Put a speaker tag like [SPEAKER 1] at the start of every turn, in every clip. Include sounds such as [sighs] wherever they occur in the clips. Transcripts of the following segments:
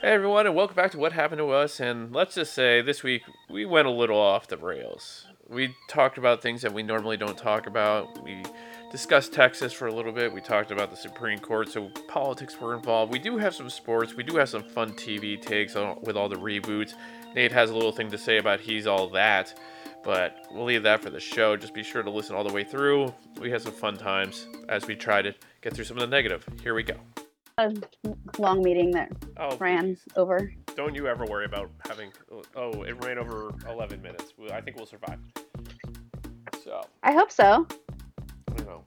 [SPEAKER 1] Hey everyone, and welcome back to What Happened to Us. And let's just say this week we went a little off the rails. We talked about things that we normally don't talk about. We discussed Texas for a little bit. We talked about the Supreme Court, so politics were involved. We do have some sports. We do have some fun TV takes on, with all the reboots. Nate has a little thing to say about he's all that, but we'll leave that for the show. Just be sure to listen all the way through. We had some fun times as we tried to get through some of the negative. Here we go.
[SPEAKER 2] a long meeting that
[SPEAKER 1] Oh,
[SPEAKER 2] ran
[SPEAKER 1] please.
[SPEAKER 2] over.
[SPEAKER 1] Don't you ever worry about having. Oh, it ran over 11 minutes. We- I think we'll survive. So,
[SPEAKER 2] I hope so.
[SPEAKER 1] I don't know.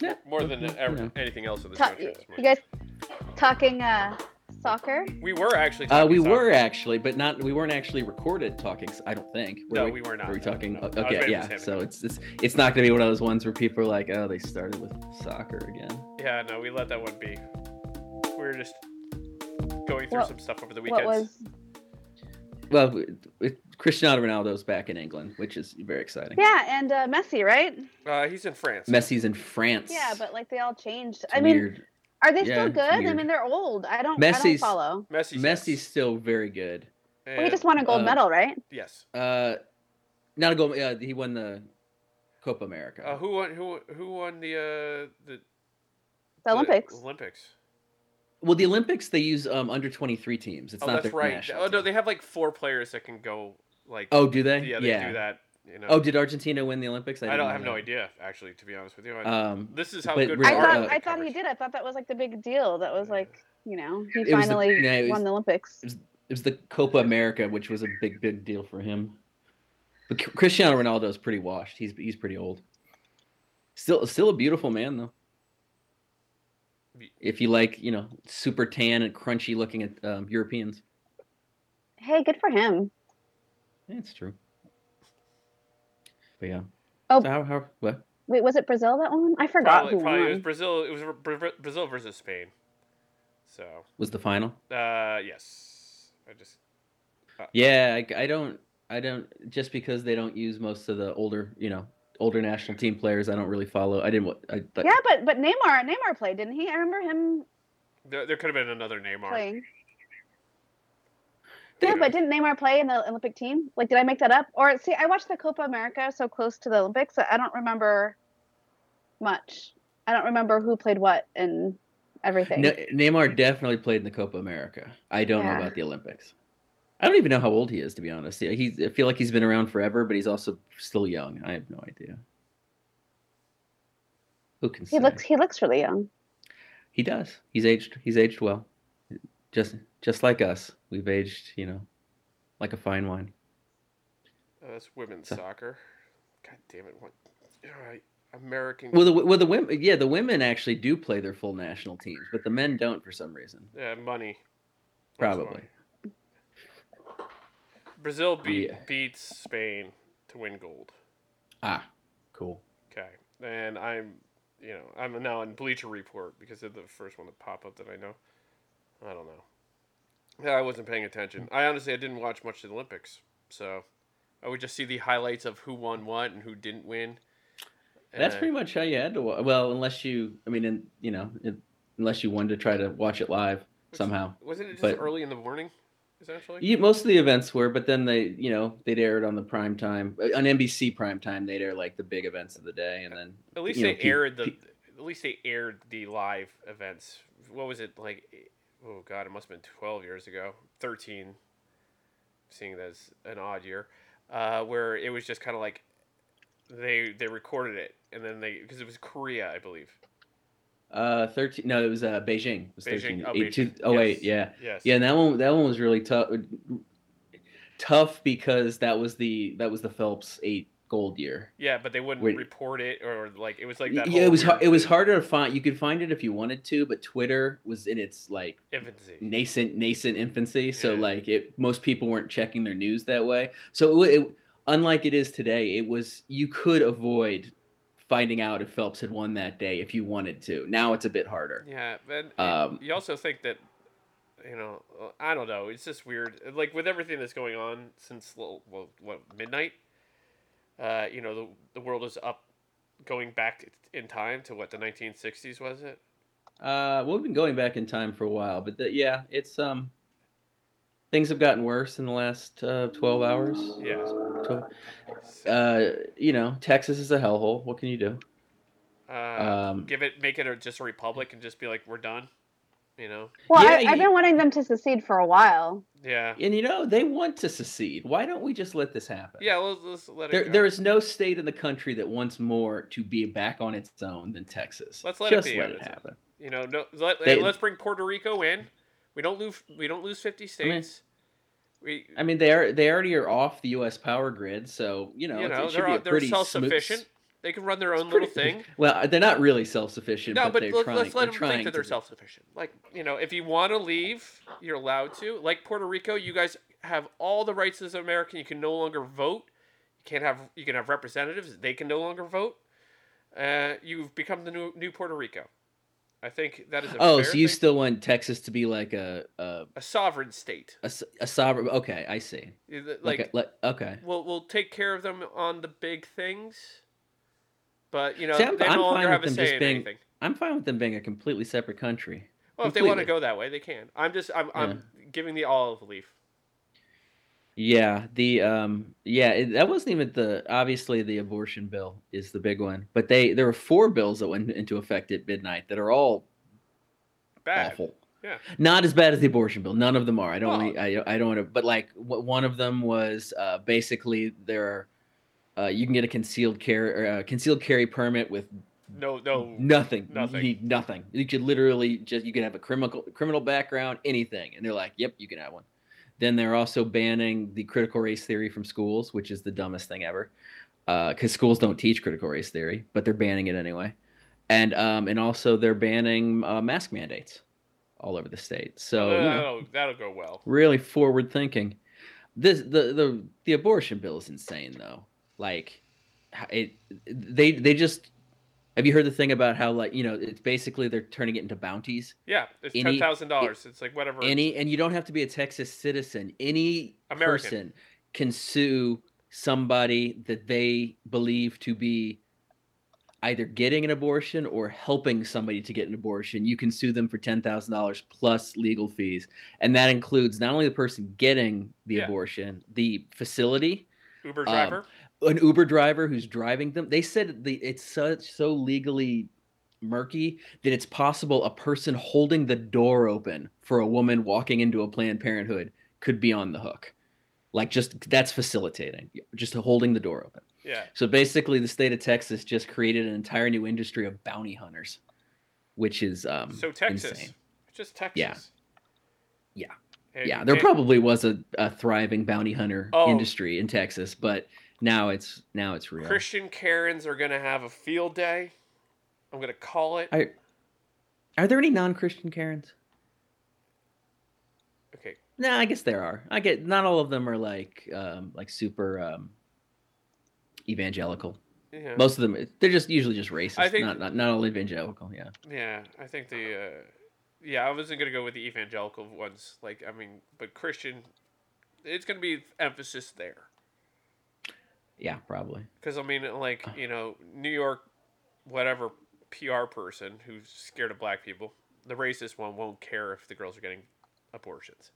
[SPEAKER 3] Yeah.
[SPEAKER 1] More than
[SPEAKER 3] Yeah.
[SPEAKER 1] ever, anything else in this
[SPEAKER 2] Ta-
[SPEAKER 1] country.
[SPEAKER 2] you
[SPEAKER 1] this
[SPEAKER 2] you
[SPEAKER 1] morning.
[SPEAKER 2] guys talking uh, soccer?
[SPEAKER 1] We were actually.
[SPEAKER 3] Uh,
[SPEAKER 1] talking
[SPEAKER 3] we
[SPEAKER 1] soccer.
[SPEAKER 3] were actually, but not. We weren't actually recorded talking. s- I don't think. Were
[SPEAKER 1] No,
[SPEAKER 3] we,
[SPEAKER 1] we were not.
[SPEAKER 3] Were we
[SPEAKER 1] No,
[SPEAKER 3] talking?
[SPEAKER 1] no.
[SPEAKER 3] o-
[SPEAKER 1] I was
[SPEAKER 3] Okay,
[SPEAKER 1] ready to
[SPEAKER 3] yeah.
[SPEAKER 1] say
[SPEAKER 3] So
[SPEAKER 1] that.
[SPEAKER 3] it's it's it's not gonna be one of those ones where people are like, oh, they started with soccer again.
[SPEAKER 1] Yeah, no, we let that one be. We were just going through
[SPEAKER 2] What-
[SPEAKER 1] some stuff over the
[SPEAKER 2] What
[SPEAKER 1] weekends.
[SPEAKER 2] was?
[SPEAKER 3] Well, w- w- Cristiano Ronaldo's back in England, which is very exciting.
[SPEAKER 2] Yeah, and uh, Messi, right?
[SPEAKER 1] Uh, he's in France.
[SPEAKER 3] Messi's in France.
[SPEAKER 2] Yeah, but like they all changed.
[SPEAKER 3] It's
[SPEAKER 2] I mean,
[SPEAKER 3] weird.
[SPEAKER 2] are they
[SPEAKER 3] Yeah,
[SPEAKER 2] still
[SPEAKER 3] it's
[SPEAKER 2] good? I
[SPEAKER 3] weird.
[SPEAKER 2] mean, they're old. I don't. I don't
[SPEAKER 3] Messi's-
[SPEAKER 2] follow.
[SPEAKER 1] Messi's.
[SPEAKER 3] Messi's still very good.
[SPEAKER 1] Yes.
[SPEAKER 2] We just won a gold
[SPEAKER 3] uh,
[SPEAKER 2] medal, right?
[SPEAKER 1] Yes.
[SPEAKER 3] Uh, not a goal. Uh, he won the Copa America.
[SPEAKER 1] Uh, who won? Who who won the uh, the,
[SPEAKER 2] The Olympics.
[SPEAKER 1] Olympics.
[SPEAKER 3] Well, the Olympics they use um under twenty three teams. It's
[SPEAKER 1] oh,
[SPEAKER 3] not
[SPEAKER 1] that's
[SPEAKER 3] their
[SPEAKER 1] right.
[SPEAKER 3] national
[SPEAKER 1] Oh no,
[SPEAKER 3] team.
[SPEAKER 1] they have like four players that can go like.
[SPEAKER 3] Oh, do they?
[SPEAKER 1] yeah, they do that. You know.
[SPEAKER 3] Oh, did Argentina win the Olympics?
[SPEAKER 1] I don't
[SPEAKER 3] didn't
[SPEAKER 1] have
[SPEAKER 3] know
[SPEAKER 1] no idea, actually, to be honest with you.
[SPEAKER 3] that.
[SPEAKER 1] I-
[SPEAKER 3] Um,
[SPEAKER 1] this is how
[SPEAKER 3] but uh,
[SPEAKER 1] good
[SPEAKER 3] re-
[SPEAKER 1] we
[SPEAKER 2] I
[SPEAKER 1] are.
[SPEAKER 2] thought.
[SPEAKER 1] with
[SPEAKER 2] I
[SPEAKER 1] the
[SPEAKER 2] thought he
[SPEAKER 1] coverage.
[SPEAKER 2] did. I thought that was like the big deal. That was like, you know, he
[SPEAKER 3] was the-
[SPEAKER 2] finally
[SPEAKER 3] yeah, it
[SPEAKER 2] won
[SPEAKER 3] was-
[SPEAKER 2] the Olympics.
[SPEAKER 3] It was the Copa America, which was a big, big deal for him. But C- Cristiano Ronaldo is pretty washed. He's he's pretty old. Still, still a beautiful man though. If you like, you know, super tan and crunchy looking at um, Europeans,
[SPEAKER 2] Hey, good for him.
[SPEAKER 3] that's true. But yeah.
[SPEAKER 2] Oh.
[SPEAKER 3] So how, how what?
[SPEAKER 2] Wait, was it Brazil that won? I forgot
[SPEAKER 1] Probably,
[SPEAKER 2] who
[SPEAKER 1] probably it was
[SPEAKER 2] won.
[SPEAKER 1] Brazil. It was Bra- Bra- Brazil versus Spain. So,
[SPEAKER 3] was the final?
[SPEAKER 1] uh, yes, I just
[SPEAKER 3] Yeah, I, I don't, I don't. Just because they don't use most of the older, you know, older national team players, I don't really follow. I didn't. wa- I, but,
[SPEAKER 2] Yeah, but but Neymar Neymar played, didn't he? I remember him
[SPEAKER 1] there, there could have been another Neymar.
[SPEAKER 2] playing.
[SPEAKER 1] you
[SPEAKER 2] Yeah,
[SPEAKER 1] know.
[SPEAKER 2] but didn't Neymar play in the Olympic team? Like, did I make that up? Or see, I watched the Copa America so close to the Olympics that I don't remember much. I don't remember who played what and everything.
[SPEAKER 3] Ne- Neymar definitely played in the Copa America. I don't
[SPEAKER 2] Yeah.
[SPEAKER 3] know about the Olympics. I don't even know how old he is, to be honest. Yeah, He's, I feel like he's been around forever, but he's also still young. I have no idea. Who can say?
[SPEAKER 2] he looks he looks really young.
[SPEAKER 3] He does. He's aged. He's aged well. Just just like us, we've aged. You know, like a fine wine.
[SPEAKER 1] Uh, that's women's
[SPEAKER 3] So-
[SPEAKER 1] soccer. God damn it! What? All right, American.
[SPEAKER 3] Well, the well the women yeah the women actually do play their full national teams, but the men don't for some reason.
[SPEAKER 1] yeah, money. That's
[SPEAKER 3] Probably.
[SPEAKER 1] why. Brazil beat
[SPEAKER 3] Yeah.
[SPEAKER 1] beats Spain to win gold.
[SPEAKER 3] Ah, cool.
[SPEAKER 1] Okay, and I'm, you know, I'm now in Bleacher Report because they're the first one to pop up that I know. I don't know. Yeah, I wasn't paying attention. I honestly I didn't watch much of the Olympics, so I would just see the highlights of who won what and who didn't win.
[SPEAKER 3] That's
[SPEAKER 1] Uh,
[SPEAKER 3] pretty much how you had to. Wa- well, unless you, I mean, in, you know, it, unless you wanted to try to watch it live somehow.
[SPEAKER 1] Wasn't it just
[SPEAKER 3] but-
[SPEAKER 1] early in the morning, essentially?
[SPEAKER 3] You, most of the events were, but then they, you know, they'd air it on the prime time uh, on NBC prime time. They'd air like the big events of the day, and then
[SPEAKER 1] At least
[SPEAKER 3] you know,
[SPEAKER 1] they
[SPEAKER 3] pe-
[SPEAKER 1] aired the.
[SPEAKER 3] pe-
[SPEAKER 1] At least they aired the live events. What was it like? Oh God, it must have been twelve years ago, thirteen. Seeing that as an odd year, uh, where it was just kind of like, they they recorded it and then they because it was Korea, I believe.
[SPEAKER 3] uh, thirteen. No, it was uh, Beijing. It was
[SPEAKER 1] Beijing.
[SPEAKER 3] 13,
[SPEAKER 1] Oh,
[SPEAKER 3] 18
[SPEAKER 1] Beijing.
[SPEAKER 3] oh, wait,
[SPEAKER 1] Yes.
[SPEAKER 3] yeah,
[SPEAKER 1] Yes.
[SPEAKER 3] yeah. And that one, that one was really tough. Tough because that was the that was the Phelps eight gold year.
[SPEAKER 1] Yeah, but they wouldn't
[SPEAKER 3] Wait.
[SPEAKER 1] report it or like it was like that.
[SPEAKER 3] yeah,
[SPEAKER 1] whole
[SPEAKER 3] it was
[SPEAKER 1] weird
[SPEAKER 3] hard, it was harder to find. You could find it if you wanted to, but Twitter was in its like
[SPEAKER 1] infancy.
[SPEAKER 3] nascent nascent infancy, so
[SPEAKER 1] Yeah.
[SPEAKER 3] like it most people weren't checking their news that way. So it, it, unlike it is today, it was you could avoid finding out if Phelps had won that day if you wanted to. Now it's a bit harder.
[SPEAKER 1] Yeah, and
[SPEAKER 3] Um,
[SPEAKER 1] you also think that you know uh, i don't know it's just weird like with everything that's going on since well, well what midnight uh you know the, the world is up going back in time to what the 1960s was it
[SPEAKER 3] Uh, well, we've been going back in time for a while, but the, yeah, it's um, things have gotten worse in the last uh, 12 hours.
[SPEAKER 1] Yeah.
[SPEAKER 3] 12, uh, you know, Texas is a hellhole. What can you do?
[SPEAKER 1] Uh,
[SPEAKER 3] Um,
[SPEAKER 1] give it, make it a, just a republic, and just be like, we're done. You know?
[SPEAKER 2] Well,
[SPEAKER 3] Yeah,
[SPEAKER 2] I,
[SPEAKER 3] you-
[SPEAKER 2] I've been wanting them to secede for a while.
[SPEAKER 1] Yeah.
[SPEAKER 3] and you know, they want to secede. Why don't we just let this happen?
[SPEAKER 1] Yeah. Let's, let's let it.
[SPEAKER 3] There,
[SPEAKER 1] go.
[SPEAKER 3] there is no state in the country that wants more to be back on its own than Texas.
[SPEAKER 1] Let's let it
[SPEAKER 3] just
[SPEAKER 1] be
[SPEAKER 3] let
[SPEAKER 1] on
[SPEAKER 3] it
[SPEAKER 1] its own.
[SPEAKER 3] happen.
[SPEAKER 1] You know, no. Let,
[SPEAKER 3] They-
[SPEAKER 1] let's bring Puerto Rico in. We don't lose. We don't lose fifty states. we.
[SPEAKER 3] I mean, they are they already are off the U.S. power grid, so you know,
[SPEAKER 1] you
[SPEAKER 3] it's-
[SPEAKER 1] know,
[SPEAKER 3] it should
[SPEAKER 1] they're
[SPEAKER 3] be a
[SPEAKER 1] all- they're
[SPEAKER 3] pretty smooth-
[SPEAKER 1] self sufficient. They can run their
[SPEAKER 3] it's
[SPEAKER 1] own little
[SPEAKER 3] pretty-
[SPEAKER 1] thing.
[SPEAKER 3] Well, they're not really self-sufficient,
[SPEAKER 1] No,
[SPEAKER 3] but,
[SPEAKER 1] but
[SPEAKER 3] they're
[SPEAKER 1] let,
[SPEAKER 3] trying.
[SPEAKER 1] let's let
[SPEAKER 3] they're
[SPEAKER 1] them
[SPEAKER 3] trying
[SPEAKER 1] think that
[SPEAKER 3] to
[SPEAKER 1] they're
[SPEAKER 3] be.
[SPEAKER 1] self-sufficient. Like you know, if you want to leave, you're allowed to. Like Puerto Rico, you guys have all the rights as an American. You can no longer vote. You can't have you can have representatives. They can no longer vote. Uh, you've become the new new Puerto Rico. I think that is a
[SPEAKER 3] Oh,
[SPEAKER 1] fair
[SPEAKER 3] so you
[SPEAKER 1] thing.
[SPEAKER 3] still want Texas to be like a a,
[SPEAKER 1] a sovereign state.
[SPEAKER 3] a, s- a sovereign? Okay, I see.
[SPEAKER 1] Like,
[SPEAKER 3] Like, a- like okay.
[SPEAKER 1] we'll we'll take care of them on the big things. But you know,
[SPEAKER 3] See, I'm-
[SPEAKER 1] they
[SPEAKER 3] I'm
[SPEAKER 1] no
[SPEAKER 3] fine
[SPEAKER 1] longer have a
[SPEAKER 3] with them
[SPEAKER 1] say
[SPEAKER 3] just
[SPEAKER 1] in
[SPEAKER 3] being-
[SPEAKER 1] anything.
[SPEAKER 3] I'm fine with them being a completely separate country.
[SPEAKER 1] Well, if they want to go
[SPEAKER 3] completely.
[SPEAKER 1] that way, they can. I'm just I'm I'm giving the olive leaf.
[SPEAKER 3] Yeah, the um, yeah, it, that wasn't even the obviously the abortion bill is the big one, but they there were four bills that went into effect at midnight that are all
[SPEAKER 1] Bad.
[SPEAKER 3] awful.
[SPEAKER 1] Yeah.
[SPEAKER 3] Not as bad as the abortion bill. None of them are. I don't.
[SPEAKER 1] Well-
[SPEAKER 3] wanna- I, I don't want to. But like wh- one of them was uh, basically there. Are, uh, you can get a concealed carry uh, concealed carry permit with
[SPEAKER 1] No, no.
[SPEAKER 3] nothing.
[SPEAKER 1] nothing.
[SPEAKER 3] You need nothing. You could literally just you could have a criminal criminal background, anything, and they're like, "Yep, you can have one." Then they're also banning the critical race theory from schools, which is the dumbest thing ever, because schools don't teach critical race theory, but they're banning it anyway. And um, and also they're banning uh, mask mandates all over the state. So you
[SPEAKER 1] that'll,
[SPEAKER 3] know,
[SPEAKER 1] that'll, that'll go well.
[SPEAKER 3] really forward thinking. This the the the abortion bill is insane though. Like h- it they they just have you heard the thing about how like you know it's basically they're turning it into bounties.
[SPEAKER 1] Yeah, it's
[SPEAKER 3] Any-
[SPEAKER 1] ten thousand dollars. It's like whatever.
[SPEAKER 3] Any and you don't have to be a Texas citizen. Any
[SPEAKER 1] American.
[SPEAKER 3] person can sue somebody that they believe to be either getting an abortion or helping somebody to get an abortion. You can sue them for $10,000 plus legal fees. And that includes not only the person getting the
[SPEAKER 1] Yeah.
[SPEAKER 3] abortion, the facility,
[SPEAKER 1] Uber
[SPEAKER 3] um,
[SPEAKER 1] driver.
[SPEAKER 3] an Uber driver who's driving them. They said the, it's such so legally murky that it's possible a person holding the door open for a woman walking into a Planned Parenthood could be on the hook. Like just that's facilitating, just holding the door open.
[SPEAKER 1] yeah,
[SPEAKER 3] So basically, the state of Texas just created an entire new industry of bounty hunters, which is um,
[SPEAKER 1] so Texas,
[SPEAKER 3] insane.
[SPEAKER 1] It's just Texas.
[SPEAKER 3] Yeah. Yeah.
[SPEAKER 1] And-
[SPEAKER 3] Yeah, there
[SPEAKER 1] and-
[SPEAKER 3] probably was a, a thriving bounty hunter
[SPEAKER 1] Oh.
[SPEAKER 3] industry in Texas, but now it's now it's real.
[SPEAKER 1] Christian Karens are gonna have a field day. I'm gonna call it.
[SPEAKER 3] I- Are there any non-Christian Karens?
[SPEAKER 1] okay.
[SPEAKER 3] No, I guess there are. I get not all of them are like um, like super um, evangelical.
[SPEAKER 1] Yeah.
[SPEAKER 3] Most of them they're just usually just racist.
[SPEAKER 1] I think-
[SPEAKER 3] not, not not all evangelical. Yeah.
[SPEAKER 1] Yeah, I think the uh, yeah, I wasn't gonna go with the evangelical ones. Like, I mean, but Christian, it's gonna be emphasis there
[SPEAKER 3] Yeah, probably.
[SPEAKER 1] because I mean, like you know, New York, whatever PR person who's scared of black people, the racist one won't care if the girls are getting abortions.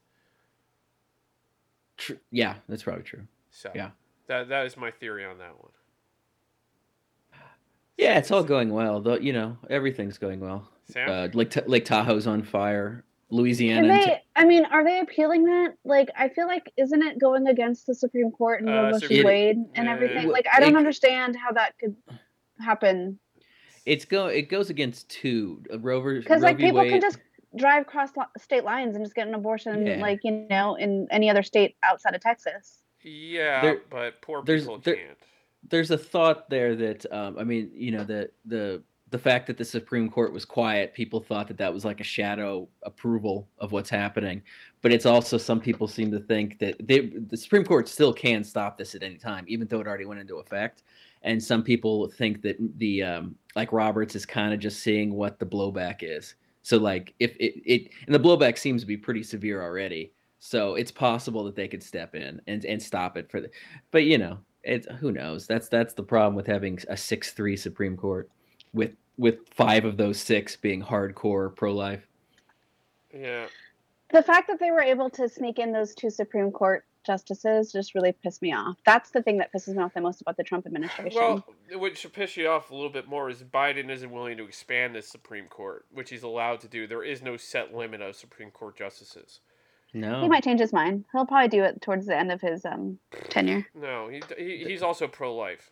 [SPEAKER 3] Tr- yeah, that's probably true.
[SPEAKER 1] So
[SPEAKER 3] Yeah.
[SPEAKER 1] that that is my theory on that one.
[SPEAKER 3] Yeah, it's all going well. Though you know everything's going well.
[SPEAKER 1] Sam,
[SPEAKER 3] Uh, Lake Ta- Lake Tahoe's on fire.
[SPEAKER 2] And
[SPEAKER 3] Louisiana. and Ta-
[SPEAKER 2] they, I mean, are they appealing that? Like, I feel like isn't it going against the Supreme Court and
[SPEAKER 1] Uh,
[SPEAKER 2] Roe versus
[SPEAKER 1] Supreme-
[SPEAKER 2] Wade and
[SPEAKER 1] Yeah.
[SPEAKER 2] everything?
[SPEAKER 3] Well,
[SPEAKER 2] Like, I don't
[SPEAKER 3] it-
[SPEAKER 2] understand how that could happen
[SPEAKER 3] it's go. It goes against two. Uh, Roe ver-
[SPEAKER 2] because
[SPEAKER 3] Roe
[SPEAKER 2] like
[SPEAKER 3] v.
[SPEAKER 2] people can
[SPEAKER 3] Wade-
[SPEAKER 2] just drive across lo- state lines and just get an abortion,
[SPEAKER 3] Yeah.
[SPEAKER 2] like you know, in any other state outside of Texas.
[SPEAKER 1] yeah,
[SPEAKER 3] there-
[SPEAKER 1] but poor
[SPEAKER 3] there's-
[SPEAKER 1] people
[SPEAKER 3] there-
[SPEAKER 1] can't.
[SPEAKER 3] there's a thought there that um, I mean, you know, the the the fact that the Supreme Court was quiet, people thought that that was like a shadow approval of what's happening. But it's also some people seem to think that they, the Supreme Court still can stop this at any time, even though it already went into effect. And some people think that the um, like Roberts is kind of just seeing what the blowback is. So like if it, it and the blowback seems to be pretty severe already. So it's possible that they could step in and and stop it for the but you know, it's who knows. That's that's the problem with having a six three Supreme Court with with five of those six being hardcore pro life.
[SPEAKER 1] Yeah,
[SPEAKER 2] the fact that they were able to sneak in those two Supreme Court justices just really pissed me off. That's the thing that pisses me off the most about the Trump administration.
[SPEAKER 1] Well, what should piss you off a little bit more is Biden isn't willing to expand the Supreme Court, which he's allowed to do. There is no set limit of Supreme Court justices.
[SPEAKER 3] No.
[SPEAKER 2] he might change his mind. He'll probably do it towards the end of his um, tenure.
[SPEAKER 1] No, he, he he's also pro-life.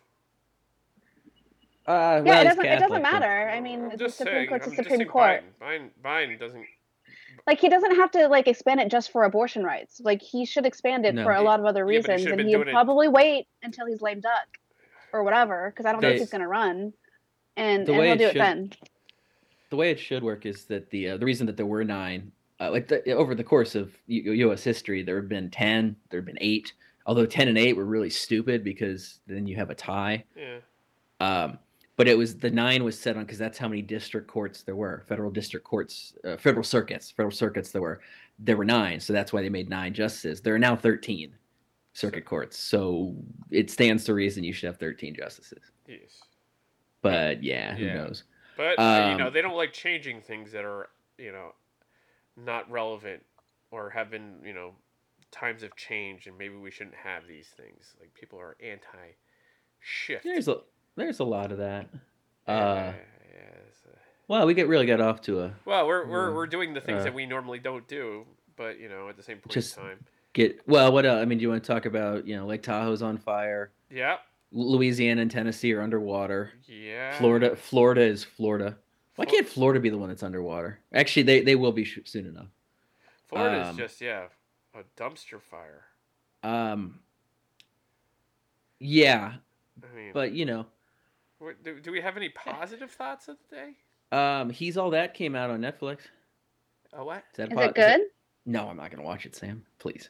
[SPEAKER 3] Uh, well,
[SPEAKER 2] yeah, it
[SPEAKER 3] he's
[SPEAKER 2] doesn't. It doesn't
[SPEAKER 3] Catholic, but-
[SPEAKER 2] matter. I mean,
[SPEAKER 1] I'm
[SPEAKER 2] the
[SPEAKER 1] just
[SPEAKER 2] Supreme
[SPEAKER 1] saying.
[SPEAKER 2] Court's
[SPEAKER 1] I'm
[SPEAKER 2] a
[SPEAKER 1] just
[SPEAKER 2] Supreme
[SPEAKER 1] saying
[SPEAKER 2] Court.
[SPEAKER 1] Biden, Biden, Biden doesn't.
[SPEAKER 2] Like he doesn't have to like expand it just for abortion rights. Like he should expand it
[SPEAKER 3] No.
[SPEAKER 2] for a lot of other
[SPEAKER 1] Yeah, but he
[SPEAKER 2] reasons,
[SPEAKER 1] should've
[SPEAKER 2] and
[SPEAKER 1] been
[SPEAKER 2] he'd
[SPEAKER 1] doing it-
[SPEAKER 2] probably wait until he's lame duck or whatever, because I don't
[SPEAKER 3] They-
[SPEAKER 2] think he's gonna run. And,
[SPEAKER 3] The
[SPEAKER 2] and
[SPEAKER 3] way
[SPEAKER 2] he'll
[SPEAKER 3] it
[SPEAKER 2] do it
[SPEAKER 3] should-
[SPEAKER 2] then.
[SPEAKER 3] the way it should work is that the uh, the reason that there were nine, uh, like the, over the course of U- U.S. history, there have been ten, there have been eight. Although ten and eight were really stupid because then you have a tie.
[SPEAKER 1] Yeah.
[SPEAKER 3] Um, but it was the nine was set on because that's how many district courts there were, federal district courts, uh, federal circuits, federal circuits there were. There were nine, so that's why they made nine justices. There are now thirteen circuit courts, so it stands to reason you should have thirteen justices.
[SPEAKER 1] Yes.
[SPEAKER 3] But yeah, who
[SPEAKER 1] Yeah.
[SPEAKER 3] knows?
[SPEAKER 1] But uh, you know
[SPEAKER 3] Um,
[SPEAKER 1] they don't like changing things that are you know not relevant or have been you know times have changed and maybe we shouldn't have these things. Like people are anti shift.
[SPEAKER 3] There's a there's a lot of that. Uh,
[SPEAKER 1] yes.
[SPEAKER 3] Wow, we get really got off to a
[SPEAKER 1] Well, we're we're,
[SPEAKER 3] yeah,
[SPEAKER 1] we're doing the things
[SPEAKER 3] uh,
[SPEAKER 1] that we normally don't do, but you know at the same point
[SPEAKER 3] Just-
[SPEAKER 1] in time.
[SPEAKER 3] get well. What uh, I mean, do you want to talk about you know Lake Tahoe's on fire,
[SPEAKER 1] Yeah.
[SPEAKER 3] Lu- Louisiana and Tennessee are underwater,
[SPEAKER 1] Yeah.
[SPEAKER 3] Florida Florida is Florida. Why
[SPEAKER 1] Flo-
[SPEAKER 3] can't Florida be the one that's underwater? Actually, they they will be sh- soon enough.
[SPEAKER 1] Florida's
[SPEAKER 3] um,
[SPEAKER 1] just yeah a dumpster fire.
[SPEAKER 3] Um, yeah,
[SPEAKER 1] I mean,
[SPEAKER 3] but you know,
[SPEAKER 1] what- do, do we have
[SPEAKER 2] [laughs]
[SPEAKER 1] any positive thoughts of the day?
[SPEAKER 3] um, he's all that came out on Netflix.
[SPEAKER 1] Oh, what?
[SPEAKER 3] Is that
[SPEAKER 2] Is
[SPEAKER 3] po-
[SPEAKER 2] it good?
[SPEAKER 3] no, I'm not gonna watch it, Sam. Please.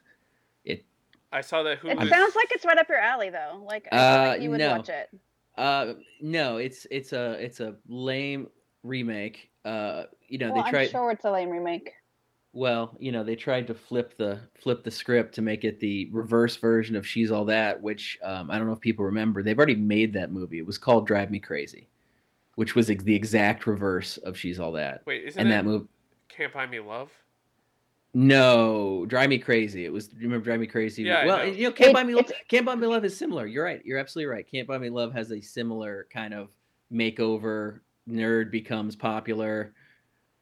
[SPEAKER 1] I saw that Hulu.
[SPEAKER 2] It sounds like it's right up your alley, though. Like, I
[SPEAKER 3] Uh,
[SPEAKER 2] feel like you would
[SPEAKER 3] no.
[SPEAKER 2] watch it.
[SPEAKER 3] Uh, no, it's it's a it's a lame remake. Uh, you know
[SPEAKER 2] well,
[SPEAKER 3] they tried.
[SPEAKER 2] Oh, I'm sure it's a lame remake.
[SPEAKER 3] well you know they tried to flip the flip the script to make it the reverse version of she's all that which um, i don't know if people remember they've already made that movie it was called drive me crazy which was ex- the exact reverse of she's all that
[SPEAKER 1] Wait, isn't
[SPEAKER 3] and
[SPEAKER 1] it
[SPEAKER 3] that movie
[SPEAKER 1] Can't Buy Me Love?
[SPEAKER 3] no drive me crazy it was you remember drive me crazy
[SPEAKER 1] Yeah, I
[SPEAKER 3] well
[SPEAKER 1] know.
[SPEAKER 3] you know can't
[SPEAKER 2] It-
[SPEAKER 3] buy me love
[SPEAKER 2] it's-
[SPEAKER 3] can't buy me love is similar you're right you're absolutely right can't buy me love has a similar kind of makeover nerd becomes popular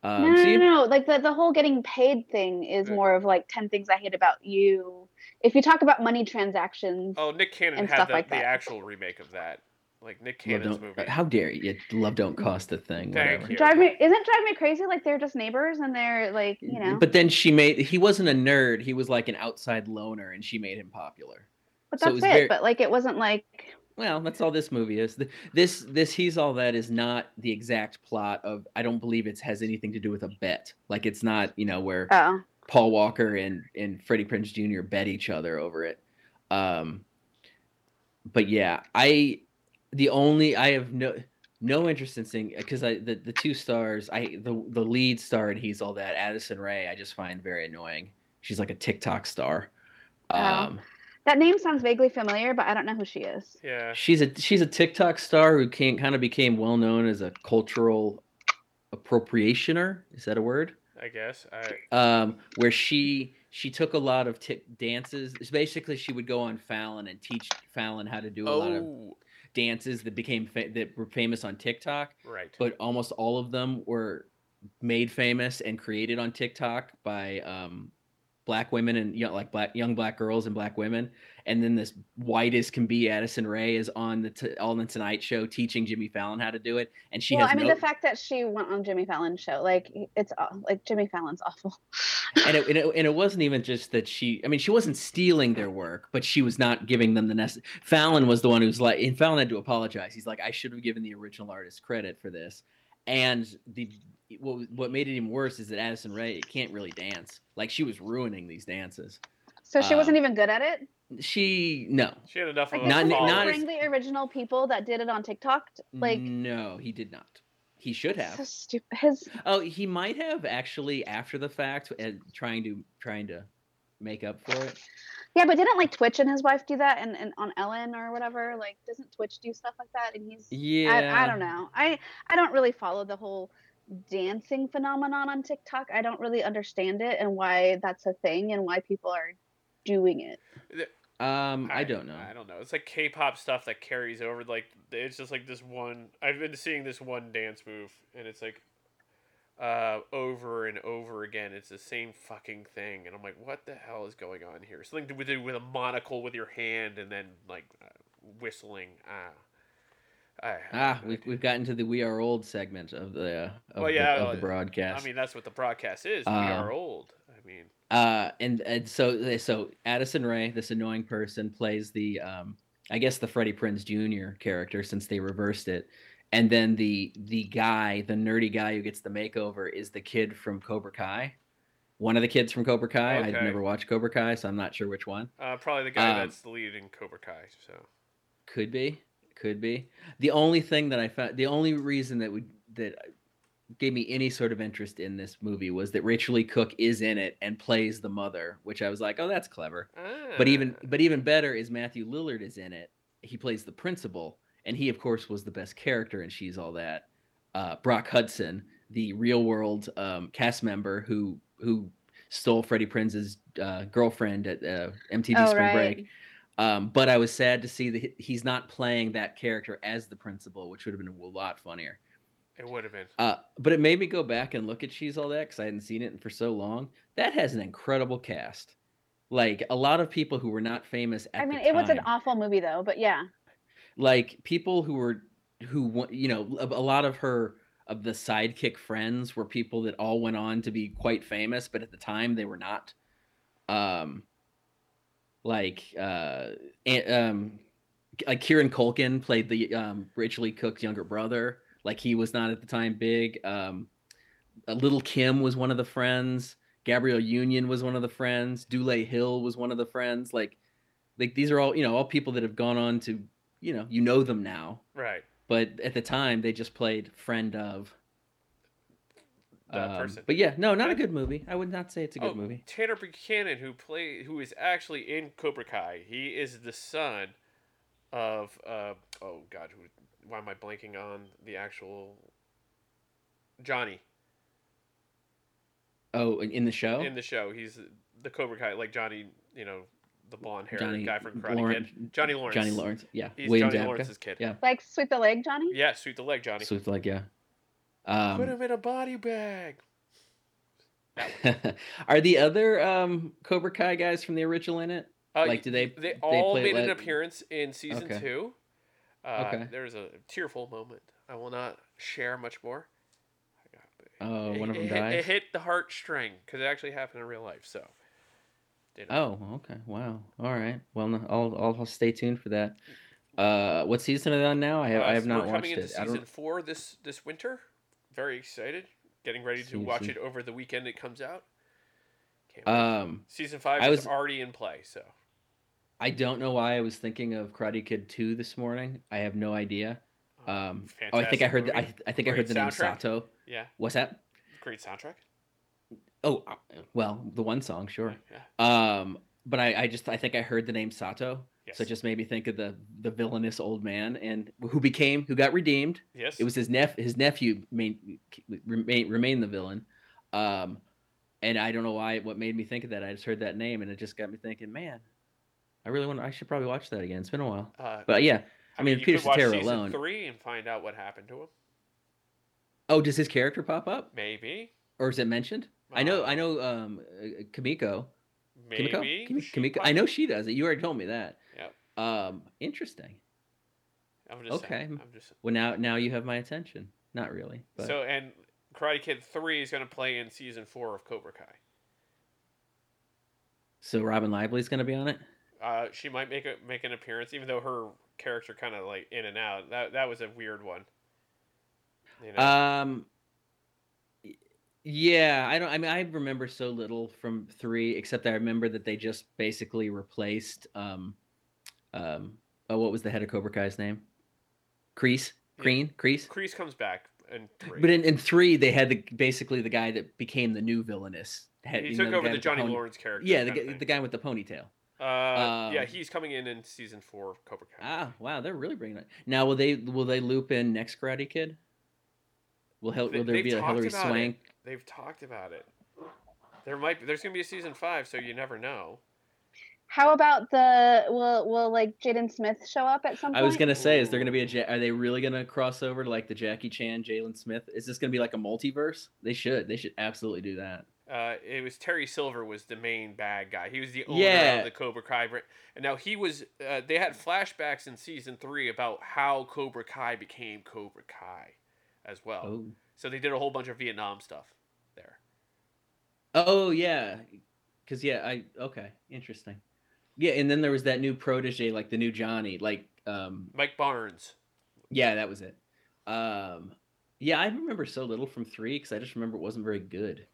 [SPEAKER 3] um,
[SPEAKER 2] no,
[SPEAKER 3] so you-
[SPEAKER 2] no, no. Like the, the whole getting paid thing is
[SPEAKER 1] Yeah.
[SPEAKER 2] more of like ten things I hate about you. If you talk about money transactions,
[SPEAKER 1] Oh, Nick Cannon
[SPEAKER 2] And
[SPEAKER 1] had
[SPEAKER 2] stuff
[SPEAKER 1] the,
[SPEAKER 2] like
[SPEAKER 1] the
[SPEAKER 2] that.
[SPEAKER 1] actual remake of that, like Nick
[SPEAKER 3] Love
[SPEAKER 1] Cannon's
[SPEAKER 3] Don't-
[SPEAKER 1] movie.
[SPEAKER 3] How dare you? Love don't cost a
[SPEAKER 1] Mm.
[SPEAKER 3] thing.
[SPEAKER 1] Thank
[SPEAKER 3] whatever.
[SPEAKER 1] you.
[SPEAKER 2] drive me isn't drive me crazy. Like they're just neighbors and they're like you know. But,
[SPEAKER 3] But then she made. He wasn't a nerd. He was like an outside loner, and she made him popular. so it
[SPEAKER 2] that's
[SPEAKER 3] was
[SPEAKER 2] it.
[SPEAKER 3] very-
[SPEAKER 2] But like it wasn't like
[SPEAKER 3] Well, that's all this movie is. Th- This this he's all that is not the exact plot of. I don't believe it has anything to do with a bet. Like it's not you know where
[SPEAKER 2] oh
[SPEAKER 3] Paul Walker and and Freddie Prinze Jr. bet each other over it. Um, but yeah, I the only I have no no interest in seeing because I the, the two stars I the the lead star and he's all that Addison Ray I just find very annoying. She's like a TikTok star.
[SPEAKER 2] Oh.
[SPEAKER 3] Um,
[SPEAKER 2] that name sounds vaguely familiar, but I don't know who she is.
[SPEAKER 1] Yeah.
[SPEAKER 3] she's a she's a TikTok star who can kind of became well known as a cultural appropriationer. Is that a word?
[SPEAKER 1] I guess. I
[SPEAKER 3] um, where she she took a lot of tip dances. It's Basically, she would go on Fallon and teach Fallon how to do a lot of
[SPEAKER 1] oh
[SPEAKER 3] dances that became fa- that were famous on TikTok.
[SPEAKER 1] right.
[SPEAKER 3] But almost all of them were made famous and created on TikTok by um, black women and you know, like black young black girls and black women. And then this white as can be Addison Ray is on the t- on the Tonight Show teaching Jimmy Fallon how to do it, and she
[SPEAKER 2] well, I
[SPEAKER 3] has
[SPEAKER 2] mean
[SPEAKER 3] no-
[SPEAKER 2] the fact that she went on Jimmy Fallon's show, like it's aw- like Jimmy Fallon's awful. [laughs]
[SPEAKER 3] and it, and it and it wasn't even just that she i mean she wasn't stealing their work but she was not giving them the necessary fallon was the one who's like and fallon had to apologize he's like i should have given the original artist credit for this and the what, was- what made it even worse is that addison ray can't really dance like she was ruining these dances
[SPEAKER 2] So she
[SPEAKER 3] Uh,
[SPEAKER 2] wasn't even good at it.
[SPEAKER 3] she no
[SPEAKER 1] She had enough
[SPEAKER 2] Like,
[SPEAKER 1] of
[SPEAKER 2] did
[SPEAKER 1] a
[SPEAKER 3] Not-
[SPEAKER 2] not,
[SPEAKER 1] fall.
[SPEAKER 3] not as-
[SPEAKER 2] bring the original people that did it on TikTok? Like,
[SPEAKER 3] no he did not he should
[SPEAKER 2] so [laughs]
[SPEAKER 3] have
[SPEAKER 2] stupid. His,
[SPEAKER 3] oh he might have actually after the fact and trying to trying to make up for it
[SPEAKER 2] yeah, but didn't like Twitch and his wife do that, and, and on Ellen or whatever? Like, doesn't Twitch do stuff like that? And he's,
[SPEAKER 3] yeah
[SPEAKER 2] I, I don't know. I I don't really follow the whole dancing phenomenon on TikTok. I don't really understand it and why that's a thing and why people are doing it.
[SPEAKER 3] Um, I, don't know.
[SPEAKER 1] I don't know. It's like K-pop stuff that carries over. Like it's just like this one. I've been seeing this one dance move, and it's like uh, over and over again. It's the same fucking thing, and I'm like, what the hell is going on here? Something to do with a monocle with your hand, and then like uh, whistling. Ah. I,
[SPEAKER 3] ah, we've, we've gotten to the "We Are Old" segment of the uh, of,
[SPEAKER 1] Well,
[SPEAKER 3] the-
[SPEAKER 1] yeah,
[SPEAKER 3] of the
[SPEAKER 1] uh,
[SPEAKER 3] broadcast.
[SPEAKER 1] I mean, that's what the broadcast is. we
[SPEAKER 3] Um,
[SPEAKER 1] are old. I mean,
[SPEAKER 3] uh and and so eh, so addison ray this annoying person plays the um i guess the freddie prinz jr character since they reversed it and then the the guy the nerdy guy who gets the makeover is the kid from cobra kai one of the kids from cobra kai i've
[SPEAKER 1] Okay.
[SPEAKER 3] never watched cobra kai so i'm not sure which one
[SPEAKER 1] uh, probably the guy
[SPEAKER 3] um,
[SPEAKER 1] that's the lead in Cobra Kai. So
[SPEAKER 3] could be could be the only thing that i found the only reason that would that gave me any sort of interest in this movie was that rachel lee cook is in it and plays the mother which i was like oh that's clever But even
[SPEAKER 1] Ah.
[SPEAKER 3] but even better is Matthew Lillard is in it. He plays the principal, and he of course was the best character in She's All That. Uh, Brock Hudson, the real world um, cast member who who stole Freddie Prinze's uh, girlfriend at uh, MTV
[SPEAKER 2] Oh,
[SPEAKER 3] Spring
[SPEAKER 2] right.
[SPEAKER 3] Break. Um, but I was sad to see that he- he's not playing that character as the principal, which would have been a lot funnier.
[SPEAKER 1] it would have been.
[SPEAKER 3] Uh, but it made me go back and look at She's All That because I hadn't seen it in for so long. That has an incredible cast. Like a lot of people who were not famous at
[SPEAKER 2] I mean,
[SPEAKER 3] the
[SPEAKER 2] it was an
[SPEAKER 3] time.
[SPEAKER 2] awful movie though, but yeah.
[SPEAKER 3] like people who were who wa- you know a, a lot of her of the sidekick friends were people that all went on to be quite famous, but at the time they were not. Um, like uh, and, um, like Kieran Culkin played the um, Rachel Lee Cook's younger brother. Like he was not at the time big. Um, uh, Little Kim was one of the friends. Gabrielle Union was one of the friends. Dule Hill was one of the friends. Like, like these are all you know all people that have gone on to you know you know them now,
[SPEAKER 1] Right.
[SPEAKER 3] but at the time they just played friend of. um,
[SPEAKER 1] That person.
[SPEAKER 3] But yeah, no, not a good movie. I would not say it's a good
[SPEAKER 1] Oh,
[SPEAKER 3] movie.
[SPEAKER 1] Tanner Buchanan, who play, who is actually in Cobra Kai, he is the son of. Uh, oh God, who? Why am I blanking on the actual Johnny
[SPEAKER 3] Oh, in in the show,
[SPEAKER 1] in the show? He's the Cobra Kai, like Johnny, you know, the blonde hair
[SPEAKER 3] Johnny
[SPEAKER 1] guy from Karate
[SPEAKER 3] Lawrence-
[SPEAKER 1] Kid, Johnny Lawrence.
[SPEAKER 3] Johnny Lawrence, yeah,
[SPEAKER 1] He's
[SPEAKER 3] William
[SPEAKER 1] Johnny
[SPEAKER 3] Zabka.
[SPEAKER 1] Lawrence's kid.
[SPEAKER 3] Yeah.
[SPEAKER 2] Like sweep the leg, Johnny?
[SPEAKER 1] Yeah, sweet the leg, Johnny.
[SPEAKER 3] Swift like yeah.
[SPEAKER 1] Put
[SPEAKER 3] Um,
[SPEAKER 1] him in a body bag.
[SPEAKER 3] [laughs] are the other um, Cobra Kai guys from the original in it?
[SPEAKER 1] Uh,
[SPEAKER 3] like, do they
[SPEAKER 1] They all
[SPEAKER 3] play
[SPEAKER 1] made an
[SPEAKER 3] let-
[SPEAKER 1] appearance in season
[SPEAKER 3] Okay.
[SPEAKER 1] two. Uh,
[SPEAKER 3] Okay.
[SPEAKER 1] There's a tearful moment. I will not share much more.
[SPEAKER 3] Oh, one of
[SPEAKER 1] it, it
[SPEAKER 3] them
[SPEAKER 1] hit- It
[SPEAKER 3] dies.
[SPEAKER 1] hit the heartstring because it actually happened in real life. So, you know.
[SPEAKER 3] Oh, okay. Wow. All right. Well, no, I'll I'll I'll stay tuned for that. Uh, what season are they on now? I have
[SPEAKER 1] Uh,
[SPEAKER 3] I have
[SPEAKER 1] so
[SPEAKER 3] not
[SPEAKER 1] we're
[SPEAKER 3] watched
[SPEAKER 1] coming
[SPEAKER 3] it.
[SPEAKER 1] into
[SPEAKER 3] I
[SPEAKER 1] season
[SPEAKER 3] don't.
[SPEAKER 1] four this this winter. Very excited. Getting ready to watch it
[SPEAKER 3] Season-
[SPEAKER 1] over the weekend it comes out. Can't wait.
[SPEAKER 3] Um,
[SPEAKER 1] season five
[SPEAKER 3] I
[SPEAKER 1] is
[SPEAKER 3] was-
[SPEAKER 1] already in play. So
[SPEAKER 3] I don't know why I was thinking of Karate Kid Two this morning. I have no idea. Um, oh, I think
[SPEAKER 1] Hmm.
[SPEAKER 3] I
[SPEAKER 1] fantastic
[SPEAKER 3] heard. The,
[SPEAKER 1] movie.
[SPEAKER 3] I I think I
[SPEAKER 1] Great
[SPEAKER 3] heard the name
[SPEAKER 1] soundtrack.
[SPEAKER 3] Sato.
[SPEAKER 1] yeah,
[SPEAKER 3] What's that?
[SPEAKER 1] great soundtrack.
[SPEAKER 3] Oh, uh, well, the one song, sure.
[SPEAKER 1] Yeah.
[SPEAKER 3] Um, but I, I just I think I heard the name Sato,
[SPEAKER 1] Yes.
[SPEAKER 3] so it just made me think of the the villainous old man and who became who got redeemed.
[SPEAKER 1] yes.
[SPEAKER 3] It was his nephew. His nephew main, remain remained the villain. Um, and I don't know why. What made me think of that? I just heard that name, and it just got me thinking. Man, I really want. I should probably watch that again. It's been a while.
[SPEAKER 1] Uh,
[SPEAKER 3] But yeah, I mean,
[SPEAKER 1] you
[SPEAKER 3] Peter
[SPEAKER 1] could watch
[SPEAKER 3] Cetera
[SPEAKER 1] season
[SPEAKER 3] alone-
[SPEAKER 1] three and find out what happened to him.
[SPEAKER 3] Oh, does his character pop up,
[SPEAKER 1] Maybe.
[SPEAKER 3] or is it mentioned? I know.
[SPEAKER 1] Uh,
[SPEAKER 3] I know. Um, uh, Kamiko.
[SPEAKER 1] Maybe.
[SPEAKER 3] Kimiko? Kimi-
[SPEAKER 1] she
[SPEAKER 3] Kimiko? I
[SPEAKER 1] probably-
[SPEAKER 3] know she does it. You already told me that.
[SPEAKER 1] Yep.
[SPEAKER 3] Um, interesting.
[SPEAKER 1] I'm just okay.
[SPEAKER 3] Okay.
[SPEAKER 1] I'm just
[SPEAKER 3] Well, now now you have my attention. Not really, but
[SPEAKER 1] so and Karate Kid three is going to play in season four of Cobra Kai.
[SPEAKER 3] so Robin Lively's going to be on it.
[SPEAKER 1] Uh, she might make a, make an appearance, even though her character kind of like in and out. That that was a weird one. You know,
[SPEAKER 3] Um, y- yeah, I don't. I mean, I remember so little from three, except I remember that they just basically replaced um, um, oh, what was the head of Cobra Kai's name? Crease,
[SPEAKER 1] Yeah.
[SPEAKER 3] Green, Crease.
[SPEAKER 1] Kreese comes back in three.
[SPEAKER 3] But in, in three, they had the basically the guy that became the new villainous. Head,
[SPEAKER 1] he
[SPEAKER 3] you
[SPEAKER 1] took
[SPEAKER 3] know,
[SPEAKER 1] over
[SPEAKER 3] guy
[SPEAKER 1] the
[SPEAKER 3] with
[SPEAKER 1] Johnny
[SPEAKER 3] pony-
[SPEAKER 1] Lawrence character.
[SPEAKER 3] Yeah, the,
[SPEAKER 1] kinda
[SPEAKER 3] g-
[SPEAKER 1] thing.
[SPEAKER 3] the guy with the ponytail.
[SPEAKER 1] Uh, yeah,
[SPEAKER 3] um, uh,
[SPEAKER 1] he's coming in in season four of Cobra Kai.
[SPEAKER 3] Ah, wow, they're really bringing it. Now will they will they loop in next Karate Kid? Will, Hel-
[SPEAKER 1] They-
[SPEAKER 3] will there
[SPEAKER 1] they've
[SPEAKER 3] be a
[SPEAKER 1] talked
[SPEAKER 3] Hillary
[SPEAKER 1] about it.
[SPEAKER 3] Swank?
[SPEAKER 1] They've talked about it. There might be, there's gonna be a season five, so you never know.
[SPEAKER 2] How about the will will like Jaden Smith show up at some
[SPEAKER 3] I
[SPEAKER 2] point?
[SPEAKER 3] was gonna say, is there gonna
[SPEAKER 1] Ooh.
[SPEAKER 3] be a? Ja- Are they really gonna cross over to like the Jackie Chan, Jalen Smith? Is this gonna be like a multiverse? They should. They should absolutely do that.
[SPEAKER 1] Uh, it was Terry Silver was the main bad guy. He was the owner
[SPEAKER 3] Yeah.
[SPEAKER 1] of the Cobra Kai brand, and now he was. Uh, they had flashbacks in season three about how Cobra Kai became Cobra Kai, as well.
[SPEAKER 3] Oh,
[SPEAKER 1] So they did a whole bunch of Vietnam stuff there.
[SPEAKER 3] oh yeah, because yeah, I okay, interesting. Yeah, and then there was that new protege, like the new Johnny, like um,
[SPEAKER 1] Mike Barnes.
[SPEAKER 3] yeah, that was it. Um, yeah, I remember so little from three because I just remember it wasn't very good.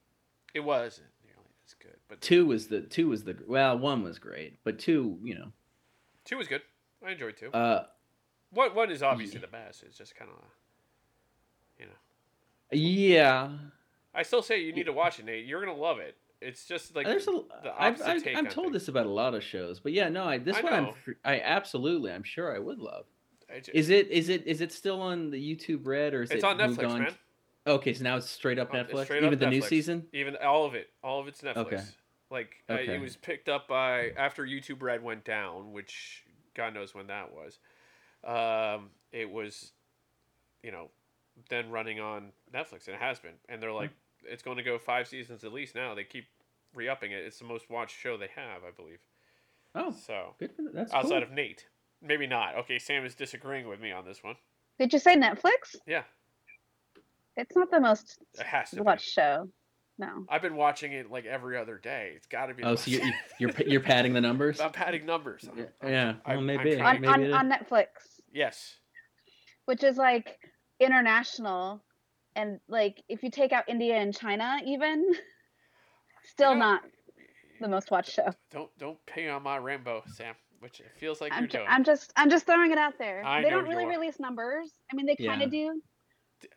[SPEAKER 1] It wasn't nearly as good, but
[SPEAKER 3] Two was the two was the well, one was great, but two, you know,
[SPEAKER 1] two was good. I enjoyed two.
[SPEAKER 3] uh,
[SPEAKER 1] one one is obviously
[SPEAKER 3] yeah.
[SPEAKER 1] the best. It's just kind of, you know.
[SPEAKER 3] yeah.
[SPEAKER 1] I still say you need to watch it, Nate. You're gonna love it. It's just like
[SPEAKER 3] There's a.
[SPEAKER 1] the
[SPEAKER 3] I've,
[SPEAKER 1] opposite
[SPEAKER 3] I've,
[SPEAKER 1] take
[SPEAKER 3] I'm
[SPEAKER 1] on
[SPEAKER 3] told
[SPEAKER 1] things.
[SPEAKER 3] this about a lot of shows, but yeah, no, I this
[SPEAKER 1] I
[SPEAKER 3] one I'm
[SPEAKER 1] know.
[SPEAKER 3] fr- I absolutely I'm sure I would love.
[SPEAKER 1] I ju-
[SPEAKER 3] Is it is it is it still on the YouTube Red or is
[SPEAKER 1] it's
[SPEAKER 3] it
[SPEAKER 1] on
[SPEAKER 3] moved
[SPEAKER 1] Netflix,
[SPEAKER 3] on-
[SPEAKER 1] man.
[SPEAKER 3] Okay, so now it's straight up
[SPEAKER 1] Oh, it's
[SPEAKER 3] Netflix,
[SPEAKER 1] straight
[SPEAKER 3] even
[SPEAKER 1] up
[SPEAKER 3] the new
[SPEAKER 1] Netflix.
[SPEAKER 3] season.
[SPEAKER 1] Even all of it, all of it's Netflix.
[SPEAKER 3] Okay.
[SPEAKER 1] Like uh,
[SPEAKER 3] Okay.
[SPEAKER 1] it was picked up by after YouTube Red went down, which God knows when that was. Um, it was, you know, then running on Netflix, and it has been. And they're like,
[SPEAKER 3] Hmm.
[SPEAKER 1] it's going to go five seasons at least. Now they keep re-upping it. It's the most watched show they have, I believe.
[SPEAKER 3] Oh,
[SPEAKER 1] So
[SPEAKER 3] good for that. That's
[SPEAKER 1] outside
[SPEAKER 3] cool.
[SPEAKER 1] of Nate, maybe not. Okay, Sam is disagreeing with me on this one.
[SPEAKER 2] Did you say Netflix?
[SPEAKER 1] Yeah,
[SPEAKER 2] It's not the most
[SPEAKER 1] it has to.
[SPEAKER 2] watched
[SPEAKER 1] Be.
[SPEAKER 2] show. No.
[SPEAKER 1] I've been watching it like every other day. It's got to be. the
[SPEAKER 3] Oh, so
[SPEAKER 1] most-
[SPEAKER 3] you're you're you're padding
[SPEAKER 1] [laughs]
[SPEAKER 3] the numbers.
[SPEAKER 1] I'm padding numbers.
[SPEAKER 3] Yeah, yeah,
[SPEAKER 1] I'm-
[SPEAKER 3] well,
[SPEAKER 1] I'm
[SPEAKER 3] maybe.
[SPEAKER 1] trying-
[SPEAKER 2] On
[SPEAKER 3] maybe it
[SPEAKER 2] on, on
[SPEAKER 3] is.
[SPEAKER 2] Netflix,
[SPEAKER 1] Yes.
[SPEAKER 2] which is like international, and like if you take out India and China, even [laughs] still
[SPEAKER 1] You know-
[SPEAKER 2] not the most watched show.
[SPEAKER 1] Don't don't ping on my Rambo, Sam. Which it feels like
[SPEAKER 2] I'm,
[SPEAKER 1] you're
[SPEAKER 2] ju-
[SPEAKER 1] doing.
[SPEAKER 2] I'm just I'm just throwing it out there.
[SPEAKER 1] I
[SPEAKER 2] they
[SPEAKER 1] know
[SPEAKER 2] don't really
[SPEAKER 1] you are.
[SPEAKER 2] release numbers. I mean, they kind
[SPEAKER 3] Yeah.
[SPEAKER 2] of do,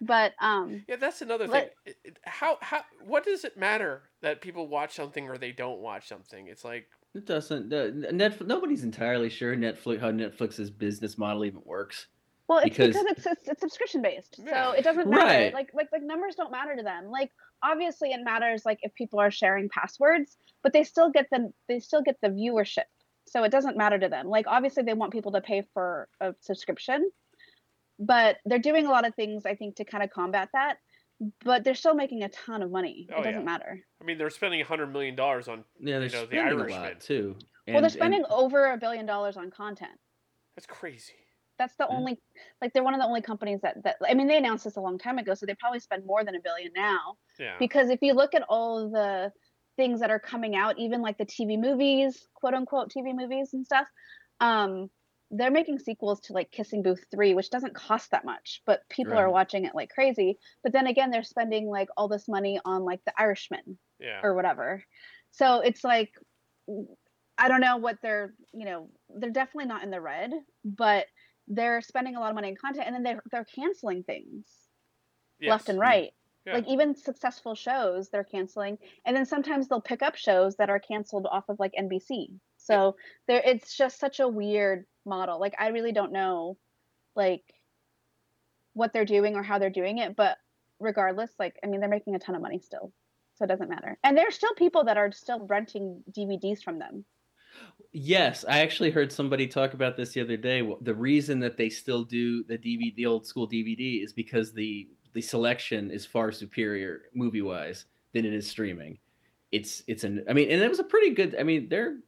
[SPEAKER 2] but um,
[SPEAKER 1] yeah, that's another thing.
[SPEAKER 2] Let-
[SPEAKER 1] It- it- How how what does it matter that people watch something or they don't watch something? It's like
[SPEAKER 3] It doesn't. The, Netflix, nobody's entirely sure Netflix how Netflix's business model even works.
[SPEAKER 2] well, it's
[SPEAKER 3] Because-
[SPEAKER 2] because, it's, it's it's subscription based,
[SPEAKER 1] Yeah.
[SPEAKER 2] so it doesn't matter.
[SPEAKER 3] Right.
[SPEAKER 2] Like like like numbers don't matter to them. Like obviously it matters like if people are sharing passwords, but they still get the they still get the viewership, so it doesn't matter to them. Like obviously they want people to pay for a subscription, but they're doing a lot of things I think to kind of combat that. But they're still making a ton of money.
[SPEAKER 1] Oh,
[SPEAKER 2] it doesn't
[SPEAKER 1] yeah.
[SPEAKER 2] matter.
[SPEAKER 1] I mean, they're spending hundred million dollars on.
[SPEAKER 3] Yeah, they're
[SPEAKER 1] You know, the
[SPEAKER 3] spending a
[SPEAKER 1] Irishman.
[SPEAKER 3] lot too.
[SPEAKER 2] well,
[SPEAKER 3] And-
[SPEAKER 2] they're
[SPEAKER 3] and-
[SPEAKER 2] spending over a billion dollars on content.
[SPEAKER 1] That's crazy.
[SPEAKER 2] That's the
[SPEAKER 3] Yeah.
[SPEAKER 2] only, like, they're one of the only companies that, that, I mean, they announced this a long time ago, so they probably spend more than a billion now.
[SPEAKER 1] Yeah.
[SPEAKER 2] Because if you look at all the things that are coming out, even like the TV movies, quote unquote TV movies and stuff, um, they're making sequels to like Kissing Booth 3, which doesn't cost that much, but people
[SPEAKER 3] Right.
[SPEAKER 2] are watching it like crazy. But then again, they're spending like all this money on like The Irishman,
[SPEAKER 1] yeah.
[SPEAKER 2] or whatever. So it's like I don't know what they're you know they're definitely not in the red, but they're spending a lot of money in content, and then they're they're canceling things left
[SPEAKER 1] Yes.
[SPEAKER 2] and right.
[SPEAKER 1] Yeah.
[SPEAKER 2] Like even successful shows they're canceling, and then sometimes they'll pick up shows that are canceled off of like NBC. So there, it's just such a weird model. Like I really don't know, like what they're doing or how they're doing it. But regardless, like I mean, they're making a ton of money still, so it doesn't matter. And there's still people that are still renting DVDs from them.
[SPEAKER 3] Yes, I actually heard somebody talk about this the other day. Wh- The reason that they still do the DVD, the old school DVD, is because the the selection is far superior movie wise than it is streaming. It's it's an I mean, and it was a pretty good. I mean, their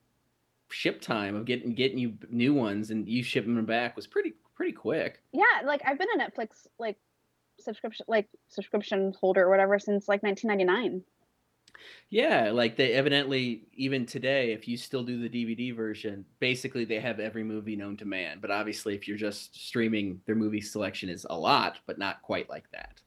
[SPEAKER 3] ship time of getting getting you new ones and you shipping them back was pretty pretty quick.
[SPEAKER 2] Yeah, like I've been a Netflix like subscription like subscription holder or whatever since like 1999.
[SPEAKER 3] Yeah, like they evidently even today, if you still do the DVD version, basically they have every movie known to man. But obviously, if you're just streaming, their movie selection is a lot, but not quite like that.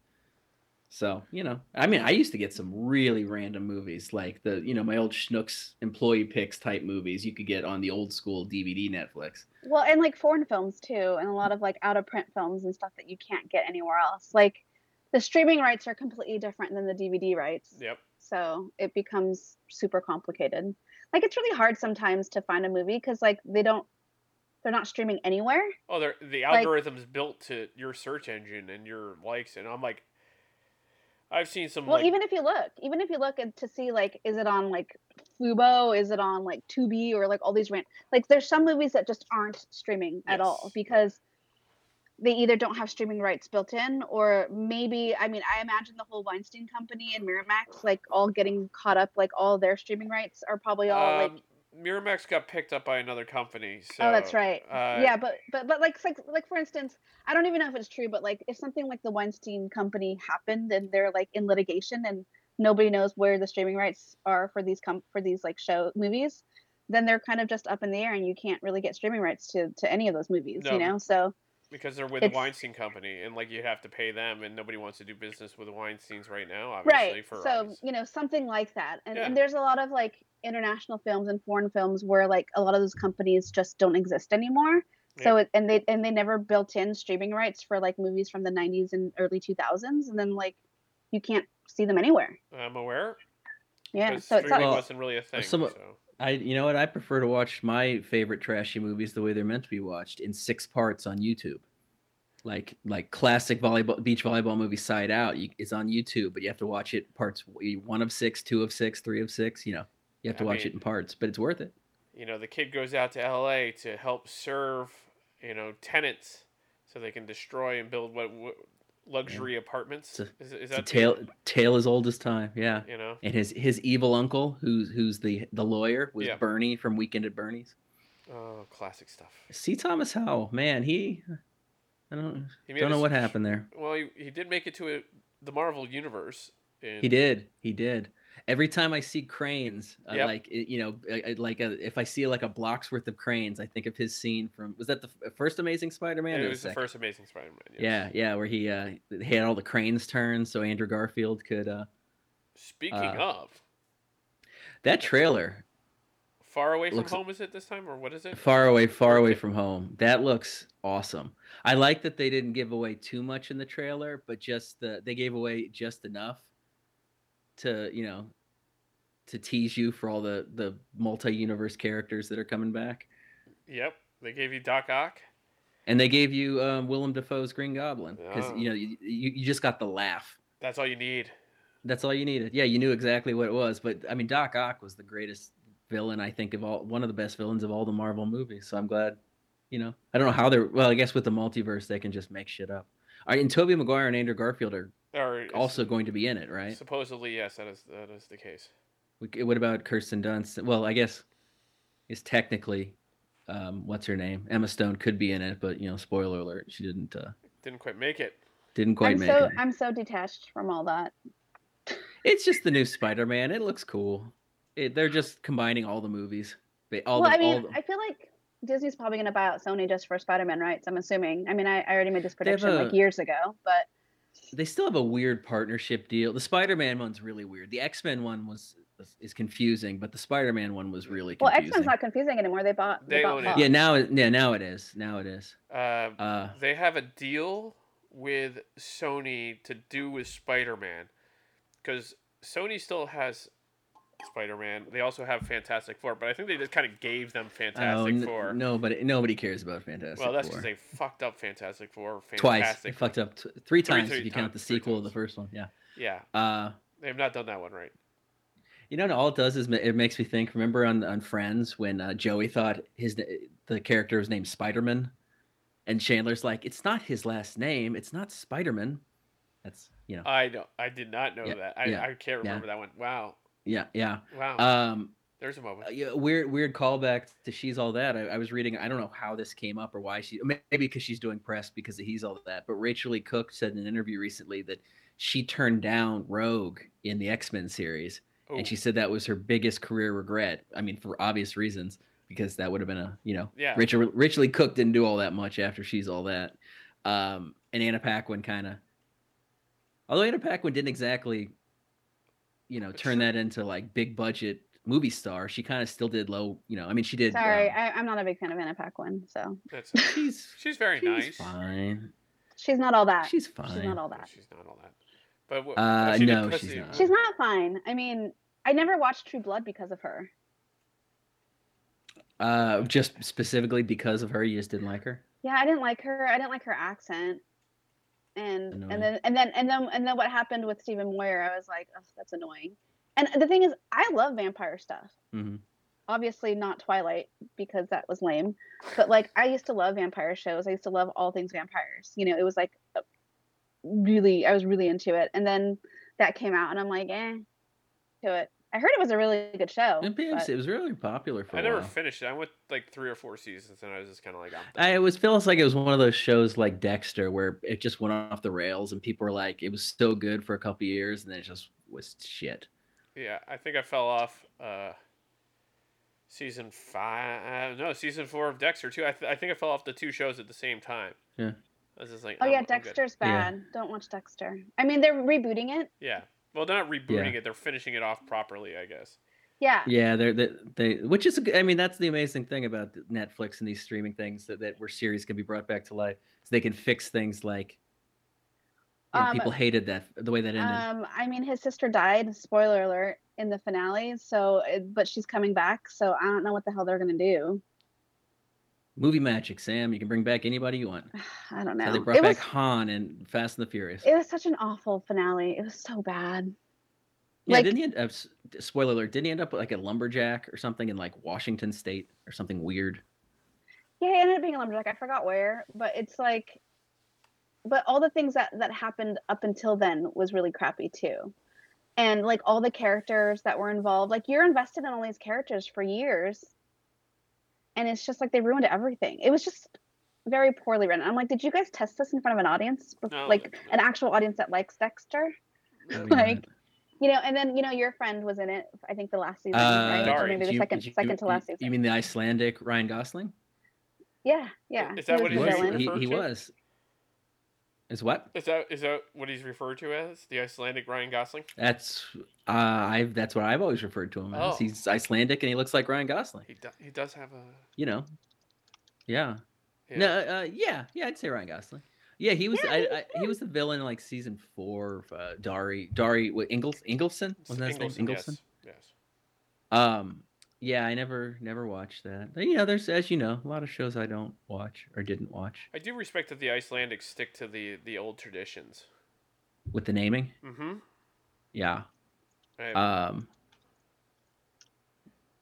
[SPEAKER 3] So you know, I mean, I used to get some really random movies, like the you know my old Schnooks employee picks type movies you could get on the old school DVD Netflix.
[SPEAKER 2] Well, and like foreign films too, and a lot of like out of print films and stuff that you can't get anywhere else. Like the streaming rights are completely different than the DVD rights.
[SPEAKER 1] Yep.
[SPEAKER 2] So it becomes super complicated. Like it's really hard sometimes to find a movie because like they don't, they're not streaming anywhere.
[SPEAKER 1] Oh, they're, the
[SPEAKER 2] Like-
[SPEAKER 1] algorithm's built to your search engine and your likes, and I'm like, I've seen some.
[SPEAKER 2] Well,
[SPEAKER 1] like,
[SPEAKER 2] even if you look, even if you look at, to see like, is it on like Fubo? Is it on like Tubi or like all these rant? Like, there's some movies that just aren't streaming at all
[SPEAKER 1] Yes.
[SPEAKER 2] because they either don't have streaming rights built in, or maybe I mean, I imagine the whole Weinstein company and Miramax like all getting caught up. Like all their streaming rights are probably all like,
[SPEAKER 1] um, Miramax got picked up by another company. So,
[SPEAKER 2] oh, that's right.
[SPEAKER 1] Uh,
[SPEAKER 2] yeah, but but but like like like for instance, I don't even know if it's true, but like if something like the Weinstein company happened and they're like in litigation and nobody knows where the streaming rights are for these com- for these like show movies, then they're kind of just up in the air and you can't really get streaming rights to to any of those movies,
[SPEAKER 1] No.
[SPEAKER 2] you know? So
[SPEAKER 1] because they're with the
[SPEAKER 2] It's-
[SPEAKER 1] Weinstein company, and like you have to pay them, and nobody wants to do business with the Weinstein's right now, obviously.
[SPEAKER 2] right.
[SPEAKER 1] For
[SPEAKER 2] So,
[SPEAKER 1] obvious-
[SPEAKER 2] you know, something like that. And and
[SPEAKER 1] Yeah.
[SPEAKER 2] there's a lot of like international films and foreign films where like a lot of those companies just don't exist anymore. So it, and they and they never built in streaming rights for like movies from the 90s and early 2000s and then like you can't see them anywhere.
[SPEAKER 1] I'm aware.
[SPEAKER 2] Yeah.
[SPEAKER 1] 'cause
[SPEAKER 2] So it's
[SPEAKER 1] streaming
[SPEAKER 2] not,
[SPEAKER 3] Well,
[SPEAKER 1] wasn't really a thing.
[SPEAKER 3] some-
[SPEAKER 1] so.
[SPEAKER 3] I you know what? I prefer to watch my favorite trashy movies the way they're meant to be watched in six parts on YouTube. Like like classic volleyball beach volleyball movie Side Out you, is on YouTube, but you have to watch it parts one of six, two of six, three of six. You know, you have to
[SPEAKER 1] I
[SPEAKER 3] watch
[SPEAKER 1] mean-
[SPEAKER 3] it in parts, but it's worth it.
[SPEAKER 1] you know, the kid goes out to L.A. to help serve, you know, tenants so they can destroy and build what, what luxury apartments.
[SPEAKER 3] It's a-
[SPEAKER 1] is, is
[SPEAKER 3] It's a
[SPEAKER 1] that
[SPEAKER 3] tale tale as old as time. Yeah.
[SPEAKER 1] You know,
[SPEAKER 3] And his his evil uncle, who's who's the the lawyer, was
[SPEAKER 1] Yeah.
[SPEAKER 3] Bernie from Weekend at Bernie's.
[SPEAKER 1] oh, classic stuff.
[SPEAKER 3] See Thomas Howell, man, he I don't
[SPEAKER 1] He made
[SPEAKER 3] don't
[SPEAKER 1] a
[SPEAKER 3] know what
[SPEAKER 1] s-
[SPEAKER 3] happened there.
[SPEAKER 1] Well, he, he did make it to a, the Marvel universe. And,
[SPEAKER 3] He did. He did. Every time I see cranes, I
[SPEAKER 1] Yep.
[SPEAKER 3] like it- you know, I- I- like a, if I see like a block's worth of cranes, I think of his scene from was that the f- uh, first Amazing Spider-Man?
[SPEAKER 1] and
[SPEAKER 3] or
[SPEAKER 1] it
[SPEAKER 3] the
[SPEAKER 1] was the
[SPEAKER 3] second?
[SPEAKER 1] first Amazing Spider-Man. yes.
[SPEAKER 3] Yeah, yeah, where he uh, he had all the cranes turned so Andrew Garfield could. uh
[SPEAKER 1] Speaking
[SPEAKER 3] Uh,
[SPEAKER 1] of,
[SPEAKER 3] That trailer,
[SPEAKER 1] far away from
[SPEAKER 3] looks-
[SPEAKER 1] home is it this time, or what is it?
[SPEAKER 3] far away, far away
[SPEAKER 1] Okay.
[SPEAKER 3] from home. That looks awesome. I like that they didn't give away too much in the trailer, but just the they gave away just enough to you know to tease you for all the the multi-universe characters that are coming back.
[SPEAKER 1] Yep, they gave you Doc Ock.
[SPEAKER 3] And they gave you um, Willem Dafoe's Green Goblin because
[SPEAKER 1] Oh.
[SPEAKER 3] you know you, you, you just got the laugh.
[SPEAKER 1] That's all you need.
[SPEAKER 3] That's all you needed. Yeah, you knew exactly what it was. But I mean, Doc Ock was the greatest villain I think of all one of the best villains of all the Marvel movies. So I'm glad. You know, I don't know how they're. Well, I guess with the multiverse they can just make shit up. All right, and Toby Maguire and Andrew Garfield are
[SPEAKER 1] Or it's-
[SPEAKER 3] also going to be in it, right?
[SPEAKER 1] supposedly yes, that is that is the case.
[SPEAKER 3] We- What about Kirsten Dunst? Well, I guess is technically, um, what's her name? Emma Stone could be in it, but you know, spoiler alert, she didn't uh,
[SPEAKER 1] Didn't quite make it.
[SPEAKER 3] didn't quite
[SPEAKER 2] I'm
[SPEAKER 3] make
[SPEAKER 2] so
[SPEAKER 3] it.
[SPEAKER 2] I'm so detached from all that.
[SPEAKER 3] It's just the new Spider-Man. It looks cool. It, they're just combining all the movies. They, all
[SPEAKER 2] well,
[SPEAKER 3] the,
[SPEAKER 2] I mean,
[SPEAKER 3] all the,
[SPEAKER 2] I feel like Disney's probably going to buy out Sony just for Spider-Man rights. I'm assuming. I mean, I, I already made this
[SPEAKER 3] They have
[SPEAKER 2] prediction like
[SPEAKER 3] a-
[SPEAKER 2] years ago, but
[SPEAKER 3] they still have a weird partnership deal. The Spider-Man one's really weird. The X-Men one was is confusing, but the Spider-Man one was really
[SPEAKER 2] well,
[SPEAKER 3] confusing.
[SPEAKER 2] X-Men's not confusing anymore. They bought. They,
[SPEAKER 1] They
[SPEAKER 2] bought
[SPEAKER 1] own it.
[SPEAKER 2] Fox.
[SPEAKER 3] yeah, now it- yeah, now it is. Now it is.
[SPEAKER 1] Uh,
[SPEAKER 3] Uh,
[SPEAKER 1] they have a deal with Sony to do with Spider-Man because Sony still has Spider-Man. They also have Fantastic Four, but I think they just kind of gave them
[SPEAKER 3] oh,
[SPEAKER 1] Fantastic
[SPEAKER 3] n-
[SPEAKER 1] Four.
[SPEAKER 3] nobody nobody cares about Fantastic
[SPEAKER 1] well, that's
[SPEAKER 3] Four.
[SPEAKER 1] because they fucked up Fantastic Four.
[SPEAKER 3] Twice. They
[SPEAKER 1] Fantastic.
[SPEAKER 3] fucked up t- three times
[SPEAKER 1] three
[SPEAKER 3] if you
[SPEAKER 1] times,
[SPEAKER 3] count the
[SPEAKER 1] three
[SPEAKER 3] sequel of the
[SPEAKER 1] times.
[SPEAKER 3] first one. Yeah.
[SPEAKER 1] Yeah,
[SPEAKER 3] Uh,
[SPEAKER 1] they have not done that one right.
[SPEAKER 3] You know, and all it does is ma- it makes me think. Remember on on Friends when uh, Joey thought his na- the character was named Spiderman, and Chandler's like, "It's not his last name. It's not Spiderman." That's you know,
[SPEAKER 1] I don't. I did not know
[SPEAKER 3] Yeah,
[SPEAKER 1] that. I,
[SPEAKER 3] yeah,
[SPEAKER 1] I can't
[SPEAKER 3] yeah.
[SPEAKER 1] remember that one. Wow.
[SPEAKER 3] yeah, yeah.
[SPEAKER 1] Wow.
[SPEAKER 3] Um,
[SPEAKER 1] There's a moment.
[SPEAKER 3] uh, yeah, weird, weird callback to she's all that. I, I was reading. I don't know how this came up or why she. Maybe because she's doing press because of he's all that. But Rachel Lee Cook said in an interview recently that she turned down Rogue in the X Men series
[SPEAKER 1] Ooh.
[SPEAKER 3] uh, and she said that was her biggest career regret. I mean, for obvious reasons, because that would have been a you know,
[SPEAKER 1] Yeah.
[SPEAKER 3] Rachel Rachel Lee Cook didn't do all that much after she's all that, um, and Anna Paquin kind of. Although Anna Paquin didn't exactly, you know, turn that into like big budget movie star, she kind of still did low. You know, I mean, she did.
[SPEAKER 2] Sorry,
[SPEAKER 3] um,
[SPEAKER 2] I, I'm not a big fan of Anna Paquin, so
[SPEAKER 1] That's,
[SPEAKER 2] [laughs]
[SPEAKER 3] she's
[SPEAKER 1] she's very
[SPEAKER 3] [laughs] she's
[SPEAKER 1] nice.
[SPEAKER 3] fine.
[SPEAKER 2] she's not all that.
[SPEAKER 3] She's fine.
[SPEAKER 2] Uh, She's not all
[SPEAKER 1] No,
[SPEAKER 2] that.
[SPEAKER 1] She's not all that. But what,
[SPEAKER 3] Uh,
[SPEAKER 1] she did
[SPEAKER 3] no,
[SPEAKER 1] Pussy-
[SPEAKER 3] she's not.
[SPEAKER 2] She's not fine. I mean, I never watched True Blood because of her.
[SPEAKER 3] uh, just specifically because of her, you just didn't like her.
[SPEAKER 2] Yeah, I didn't like her. I didn't like her accent. and
[SPEAKER 3] Annoying.
[SPEAKER 2] and then and then and then and then what happened with Stephen Moyer? I was like, oh, that's annoying. And the thing is, I love vampire stuff.
[SPEAKER 3] Mhm.
[SPEAKER 2] Obviously, not Twilight because that was lame. But like, I used to love vampire shows. I used to love all things vampires. You know, it was like a- really, I was really into it. And then that came out, and I'm like, eh, to it. I heard it was a really good show.
[SPEAKER 3] And it,
[SPEAKER 2] but-
[SPEAKER 3] was, it was really popular for
[SPEAKER 1] I
[SPEAKER 3] a
[SPEAKER 1] never
[SPEAKER 3] while.
[SPEAKER 1] finished it. I went like three or four seasons, and I was just kind of like, I'm done.
[SPEAKER 3] I, it was feels like it was one of those shows like Dexter where it just went off the rails and people were like, it was so good for a couple years and then it just was shit.
[SPEAKER 1] yeah, I think I fell off. Uh, season five, no, season four of Dexter too. I, th- I think I fell off the two shows at the same time.
[SPEAKER 3] Yeah.
[SPEAKER 1] I was just like,
[SPEAKER 2] oh
[SPEAKER 1] I'm-
[SPEAKER 2] yeah,
[SPEAKER 1] I'm good.
[SPEAKER 2] Dexter's
[SPEAKER 3] Yeah.
[SPEAKER 2] bad. Don't watch Dexter. I mean, they're rebooting it.
[SPEAKER 1] Yeah. Well, they're not rebooting it. They're finishing it off properly, I guess.
[SPEAKER 2] Yeah.
[SPEAKER 3] Yeah, they're, they they which is a g- I mean that's the amazing thing about th- Netflix and these streaming things that, that where series can be brought back to life. So they can fix things like you know,
[SPEAKER 2] Um,
[SPEAKER 3] people hated that the way that ended.
[SPEAKER 2] Um, I mean, his sister died. Spoiler alert in the finale. So, it- but she's coming back. So I don't know what the hell they're gonna do.
[SPEAKER 3] Movie magic, Sam. You can bring back anybody you want.
[SPEAKER 2] I don't
[SPEAKER 3] How
[SPEAKER 2] know.
[SPEAKER 3] they
[SPEAKER 2] It
[SPEAKER 3] brought back
[SPEAKER 2] was
[SPEAKER 3] Han and Fast and the Furious.
[SPEAKER 2] it was such an awful finale. It was so bad.
[SPEAKER 3] yeah,
[SPEAKER 2] like-
[SPEAKER 3] didn't he end up? s- Spoiler alert! Didn't he end up like a lumberjack or something in like Washington State or something weird?
[SPEAKER 2] Yeah, it ended up being a lumberjack. I forgot where, but it's like, but all the things that that happened up until then was really crappy too, and like all the characters that were involved. Like you're invested in all these characters for years, and it's just like they ruined everything. It was just very poorly written. I'm like, did you guys test this in front of an audience, Bef-
[SPEAKER 1] No.
[SPEAKER 2] like an actual audience that likes Dexter?
[SPEAKER 3] I mean,
[SPEAKER 2] Like, you know, and then you know your friend was in it. I think the last
[SPEAKER 1] uh,
[SPEAKER 2] season, right? Or
[SPEAKER 1] Dari.
[SPEAKER 2] maybe
[SPEAKER 3] do
[SPEAKER 2] the
[SPEAKER 3] you-
[SPEAKER 2] second,
[SPEAKER 3] do you-
[SPEAKER 2] second to last
[SPEAKER 3] you-
[SPEAKER 2] season.
[SPEAKER 3] You mean the Icelandic Ryan Gosling?
[SPEAKER 2] yeah, yeah.
[SPEAKER 1] Is that what
[SPEAKER 2] the
[SPEAKER 1] he's
[SPEAKER 3] was,
[SPEAKER 1] villain.
[SPEAKER 3] he,
[SPEAKER 1] referred
[SPEAKER 3] he
[SPEAKER 1] to?
[SPEAKER 3] was. Is what?
[SPEAKER 1] Is that is that what he's referred to as the Icelandic Ryan Gosling?
[SPEAKER 3] That's uh, I've that's what I've always referred to him as.
[SPEAKER 1] Oh.
[SPEAKER 3] He's Icelandic and he looks like Ryan Gosling.
[SPEAKER 1] He do, he does have a
[SPEAKER 3] You know. Yeah.
[SPEAKER 1] yeah.
[SPEAKER 3] No. Uh, yeah. Yeah. I'd say Ryan Gosling. Yeah, he was.
[SPEAKER 2] Yeah,
[SPEAKER 3] I,
[SPEAKER 2] he was
[SPEAKER 3] I, he was the villain in like season four of uh, Dari. Dari. What Ingles? Ingleson? Wasn't that his name?
[SPEAKER 1] Ingolson,
[SPEAKER 3] Ingleson.
[SPEAKER 1] Yes. yes.
[SPEAKER 3] Um, yeah, I never never watched that. But, You know, there's as you know, a lot of shows I don't watch or didn't watch
[SPEAKER 1] I do respect that the Icelandics stick to the the old traditions.
[SPEAKER 3] with the naming.
[SPEAKER 1] Mm-hmm.
[SPEAKER 3] Yeah.
[SPEAKER 1] I,
[SPEAKER 3] Um,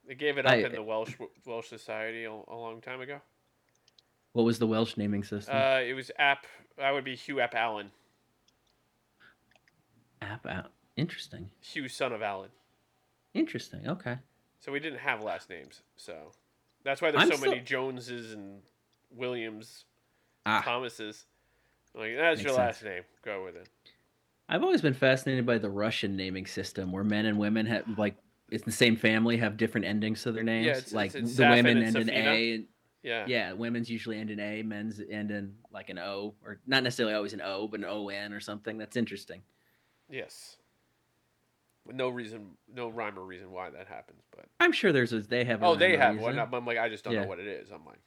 [SPEAKER 1] they gave it up
[SPEAKER 3] I-
[SPEAKER 1] in the Welsh Welsh society a, a long time ago.
[SPEAKER 3] what was the Welsh naming system?
[SPEAKER 1] Uh, it was App. I would be Hugh Ap Allen.
[SPEAKER 3] App out. Interesting.
[SPEAKER 1] Hugh, son of Allen.
[SPEAKER 3] Interesting. Okay.
[SPEAKER 1] So we didn't have last names. So that's why there's
[SPEAKER 3] I'm
[SPEAKER 1] so many
[SPEAKER 3] still-
[SPEAKER 1] Joneses and Williams,
[SPEAKER 3] Ah,
[SPEAKER 1] Thomases. Like that's
[SPEAKER 3] Makes
[SPEAKER 1] your
[SPEAKER 3] sense.
[SPEAKER 1] last name. Go with it.
[SPEAKER 3] I've always been fascinated by the Russian naming system, where men and women have like it's the same family have different endings to their names.
[SPEAKER 1] it's-
[SPEAKER 3] like
[SPEAKER 1] it's- it's
[SPEAKER 3] the
[SPEAKER 1] Safin
[SPEAKER 3] women
[SPEAKER 1] and
[SPEAKER 3] end in A,
[SPEAKER 1] Safina.
[SPEAKER 3] and
[SPEAKER 1] Yeah.
[SPEAKER 3] yeah, women's usually end in A, men's end in like an O, or not necessarily always an O, but an O N or something. That's interesting.
[SPEAKER 1] Yes. With No reason, no rhyme or reason why that happens, but
[SPEAKER 3] I'm sure there's a they have. a
[SPEAKER 1] oh, they
[SPEAKER 3] rhyme or
[SPEAKER 1] have
[SPEAKER 3] reason.
[SPEAKER 1] one. I'm I'm like, I just don't
[SPEAKER 3] Yeah.
[SPEAKER 1] know what it is. I'm like,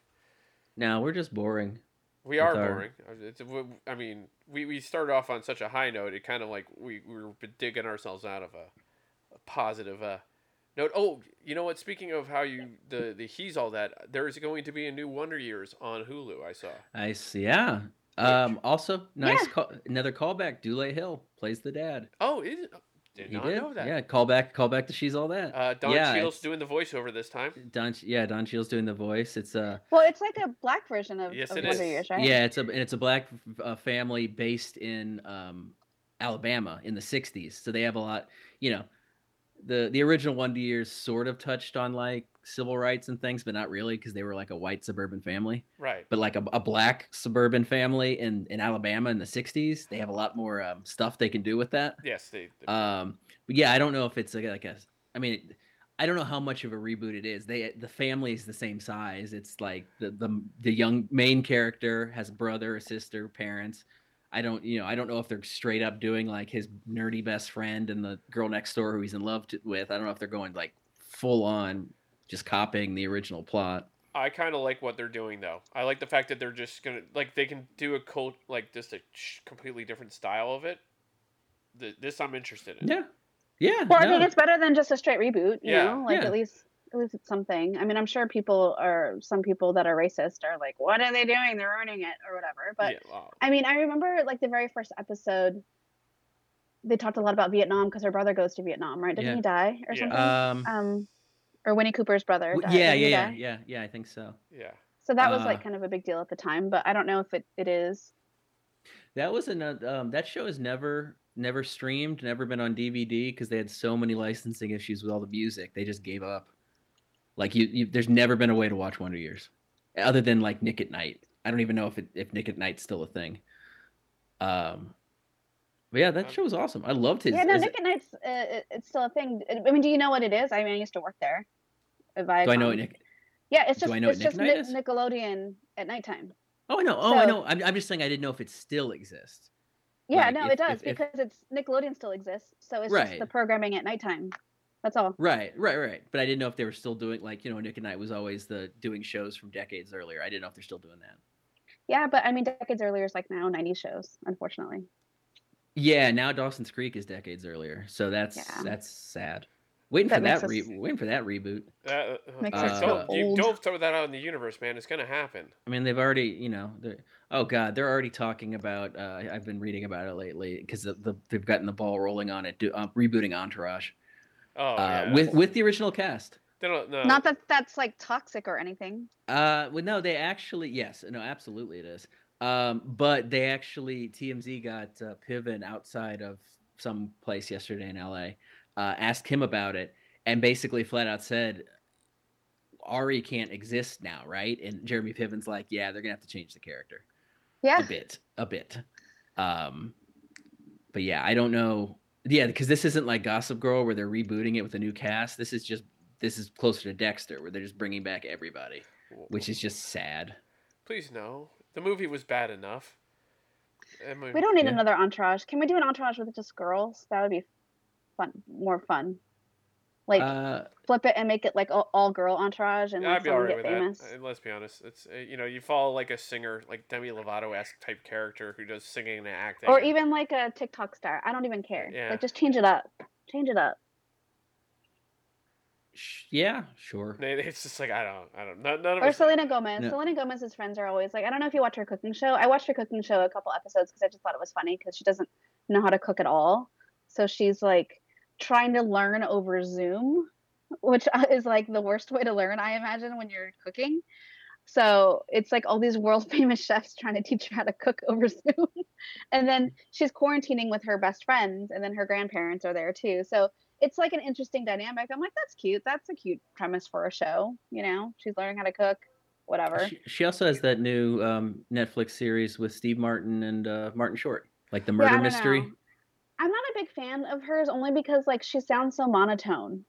[SPEAKER 3] No, we're just boring.
[SPEAKER 1] we
[SPEAKER 3] With
[SPEAKER 1] are
[SPEAKER 3] our-
[SPEAKER 1] boring. It's, w- I mean, we, we started off on such a high note. It kind of like we we were digging ourselves out of a, a positive uh, note. Oh, you know what? Speaking of how you the the he's all that, there is going to be a new Wonder Years on Hulu. I saw.
[SPEAKER 3] I see. Yeah. Um, also, nice.
[SPEAKER 2] Yeah.
[SPEAKER 3] Call, another callback. Dule Hill plays the dad.
[SPEAKER 1] Oh, is it? Did not know that.
[SPEAKER 3] Yeah. Callback. Callback to she's all that.
[SPEAKER 1] Uh, Don
[SPEAKER 3] Yeah,
[SPEAKER 1] Cheadle's
[SPEAKER 3] it's-
[SPEAKER 1] doing the voiceover this time.
[SPEAKER 3] Don. Yeah. Don Cheadle's doing the voice. It's uh,
[SPEAKER 2] Well, it's like a black version of,
[SPEAKER 1] Yes,
[SPEAKER 2] of
[SPEAKER 1] it
[SPEAKER 2] Wonder
[SPEAKER 1] is.
[SPEAKER 2] Years, right?
[SPEAKER 3] yeah. It's a and it's a black uh, family based in um, Alabama in the '60s. So they have a lot. You know, the the original Wonder Years sort of touched on like civil rights and things, but not really because they were like a white suburban family.
[SPEAKER 1] Right.
[SPEAKER 3] but like a, a black suburban family in, in Alabama in the 60s, they have a lot more um, stuff they can do with that.
[SPEAKER 1] Yes. They.
[SPEAKER 3] Um, but yeah, I don't know if it's like a, like a, I mean, I don't know how much of a reboot it is. They the family is the same size. It's like the the the young main character has a brother, a sister, parents. I don't you know I don't know if they're straight up doing like his nerdy best friend and the girl next door who he's in love to, with. I don't know if they're going like full on just copying the original plot.
[SPEAKER 1] I kind of like what they're doing though. I like the fact that they're just gonna like they can do a cult like just a sh- completely different style of it. Th- this I'm interested in.
[SPEAKER 3] Yeah, yeah.
[SPEAKER 2] Well, I
[SPEAKER 3] no.
[SPEAKER 2] think it's better than just a straight reboot. You
[SPEAKER 1] Yeah.
[SPEAKER 2] know, like
[SPEAKER 3] Yeah.
[SPEAKER 2] at least at least it's something. I mean, I'm sure people are some people that are racist are like, what are they doing? They're ruining it or whatever. But
[SPEAKER 1] yeah, uh, well,
[SPEAKER 2] I mean, I remember like the very first episode. They talked a lot about Vietnam because her brother goes to Vietnam, right? Didn't
[SPEAKER 3] Yeah.
[SPEAKER 2] he die or
[SPEAKER 1] Yeah.
[SPEAKER 2] something?
[SPEAKER 3] Um,
[SPEAKER 2] um, or Winnie Cooper's brother.
[SPEAKER 3] w-
[SPEAKER 2] Died.
[SPEAKER 3] yeah, yeah,
[SPEAKER 2] Didn't he
[SPEAKER 3] yeah,
[SPEAKER 2] die?
[SPEAKER 3] yeah, yeah. I think so.
[SPEAKER 1] yeah.
[SPEAKER 2] So that was like
[SPEAKER 3] Uh,
[SPEAKER 2] kind of a big deal at the time, but I don't know if it, it is.
[SPEAKER 3] That was another. Um, that show has never, never streamed, never been on DVD because they had so many licensing issues with all the music. They just gave up. Like you, you, there's never been a way to watch Wonder Years, other than like Nick at Night. I don't even know if it, if Nick at Night's still a thing. Um, but yeah, that
[SPEAKER 1] Um,
[SPEAKER 3] show was awesome. I loved his.
[SPEAKER 2] yeah, no,
[SPEAKER 3] is-
[SPEAKER 2] Nick at Night's uh, it, it's still a thing. I mean, do you know what it is? I mean, I used to work there. If I,
[SPEAKER 3] do I know what Nick?
[SPEAKER 2] Yeah, it's
[SPEAKER 3] do
[SPEAKER 2] just
[SPEAKER 3] I know
[SPEAKER 2] it's
[SPEAKER 3] what Nick
[SPEAKER 2] just
[SPEAKER 3] at
[SPEAKER 2] Nic-
[SPEAKER 3] Night is?
[SPEAKER 2] Nickelodeon at nighttime.
[SPEAKER 3] Oh, I know. Oh, I
[SPEAKER 2] So-
[SPEAKER 3] know. I'm, I'm just saying I didn't know if it still exists.
[SPEAKER 2] Yeah,
[SPEAKER 3] Like,
[SPEAKER 2] no,
[SPEAKER 3] if-
[SPEAKER 2] it does
[SPEAKER 3] if- if-
[SPEAKER 2] because it's Nickelodeon still exists, so it's just the
[SPEAKER 3] Right.
[SPEAKER 2] programming at nighttime. That's all.
[SPEAKER 3] Right, right, right. But I didn't know if they were still doing like you know Nick and I was always the doing shows from decades earlier. I didn't know if they're still doing that.
[SPEAKER 2] Yeah, but I mean, decades earlier is like now '90s shows, unfortunately.
[SPEAKER 3] Yeah, now Dawson's Creek is decades earlier, so that's
[SPEAKER 2] Yeah.
[SPEAKER 3] that's sad. Waiting
[SPEAKER 2] That
[SPEAKER 3] for
[SPEAKER 2] makes
[SPEAKER 3] that re-
[SPEAKER 2] us-
[SPEAKER 3] waiting for that reboot.
[SPEAKER 1] That,
[SPEAKER 2] Makes
[SPEAKER 1] like,
[SPEAKER 3] us
[SPEAKER 1] don't,
[SPEAKER 2] feel
[SPEAKER 1] you
[SPEAKER 2] old.
[SPEAKER 1] don't throw that out in the universe, man. It's gonna happen.
[SPEAKER 3] I mean, they've already you know they're oh god, they're already talking about. Uh, I- I've been reading about it lately because the, the, they've gotten the ball rolling on it, do, uh, rebooting Entourage
[SPEAKER 1] Oh,
[SPEAKER 3] uh,
[SPEAKER 1] yeah.
[SPEAKER 3] with with the original cast.
[SPEAKER 1] they don't, no,
[SPEAKER 2] Not that that's like toxic or anything.
[SPEAKER 3] Uh, well, no, they actually yes, no, absolutely it is. Um, but they actually TMZ got uh, Piven outside of some place yesterday in LA, uh, asked him about it, and basically flat out said, "Ari can't exist now, right?" And Jeremy Piven's like, "Yeah, they're gonna have to change the character
[SPEAKER 2] Yeah,
[SPEAKER 3] a bit, a bit." Um, but yeah, I don't know. Yeah, because this isn't like Gossip Girl where they're rebooting it with a new cast. This is just this is closer to Dexter where they're just bringing back everybody which is just sad.
[SPEAKER 1] please no. The movie was bad enough. I mean,
[SPEAKER 2] we don't need
[SPEAKER 3] Yeah.
[SPEAKER 2] another entourage. Can we do an entourage with just girls? That would be fun, more fun. Like
[SPEAKER 3] uh,
[SPEAKER 2] flip it and make it like all, all girl entourage and
[SPEAKER 1] Yeah,
[SPEAKER 2] like,
[SPEAKER 1] I'd be
[SPEAKER 2] someone
[SPEAKER 1] alright with
[SPEAKER 2] get famous.
[SPEAKER 1] that. And let's be honest, it's uh, you know you follow like a singer, like Demi Lovato esque type character who does singing and acting,
[SPEAKER 2] Or
[SPEAKER 1] and-
[SPEAKER 2] even like a TikTok star. I don't even care.
[SPEAKER 1] Yeah.
[SPEAKER 2] Like just change it up. Change it up.
[SPEAKER 3] sh- yeah, sure.
[SPEAKER 1] They- It's just like I don't, I don't. None, none of
[SPEAKER 2] Or
[SPEAKER 1] us.
[SPEAKER 2] Selena Gomez.
[SPEAKER 3] No.
[SPEAKER 2] Selena Gomez's friends are always like, I don't know if you watch her cooking show. I watched her cooking show a couple episodes because I just thought it was funny because she doesn't know how to cook at all. So she's like trying to learn over Zoom, which [laughs] is like the worst way to learn, I imagine, when you're cooking. So it's like all these world [laughs] famous chefs trying to teach her how to cook over [laughs] Zoom. and then she's quarantining with her best friends, and then her grandparents are there too. So it's like an interesting dynamic. I'm like, that's cute. That's a cute premise for a show. You know, she's learning how to cook, whatever.
[SPEAKER 3] She, she also has that new um, Netflix series with Steve Martin and uh, Martin Short, like the
[SPEAKER 2] Yeah, I
[SPEAKER 3] murder
[SPEAKER 2] don't
[SPEAKER 3] mystery.
[SPEAKER 2] know. I'm not a big fan of hers only because like she sounds so monotone.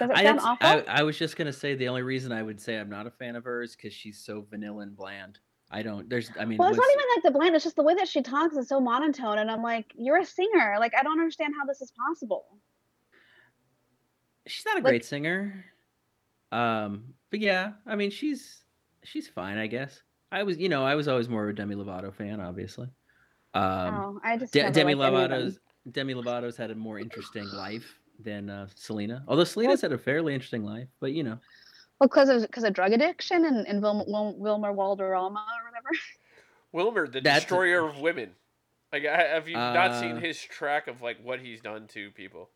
[SPEAKER 2] Does it
[SPEAKER 3] I,
[SPEAKER 2] sound
[SPEAKER 3] that's-
[SPEAKER 2] awful?
[SPEAKER 3] I, I was just gonna say the only reason I would say I'm not a fan of hers because she's so vanilla and bland. I don't. There's. I mean,
[SPEAKER 2] well, it's not
[SPEAKER 3] once-
[SPEAKER 2] even like the bland. It's just the way that she talks is so monotone, and I'm like, you're a singer. Like, I don't understand how this is possible.
[SPEAKER 3] she's not a
[SPEAKER 2] like-
[SPEAKER 3] great singer. Um, but yeah, I mean, she's she's fine, I guess. I was, you know, I was always more of a Demi Lovato fan, obviously. Um,
[SPEAKER 2] oh, I just
[SPEAKER 3] De-
[SPEAKER 2] never
[SPEAKER 3] Demi
[SPEAKER 2] liked any of them.
[SPEAKER 3] Lovato's Demi Lovato's had a more interesting life than uh, Selena. Although Selena's had a fairly interesting life, but you know,
[SPEAKER 2] Well, because of because of drug addiction and, and Wilma, Wil- Wilmer Valderrama or whatever.
[SPEAKER 1] Wilmer, the
[SPEAKER 3] That's-
[SPEAKER 1] destroyer of women. Like, I, have you not seen
[SPEAKER 3] Uh,
[SPEAKER 1] his track of like what he's done to people?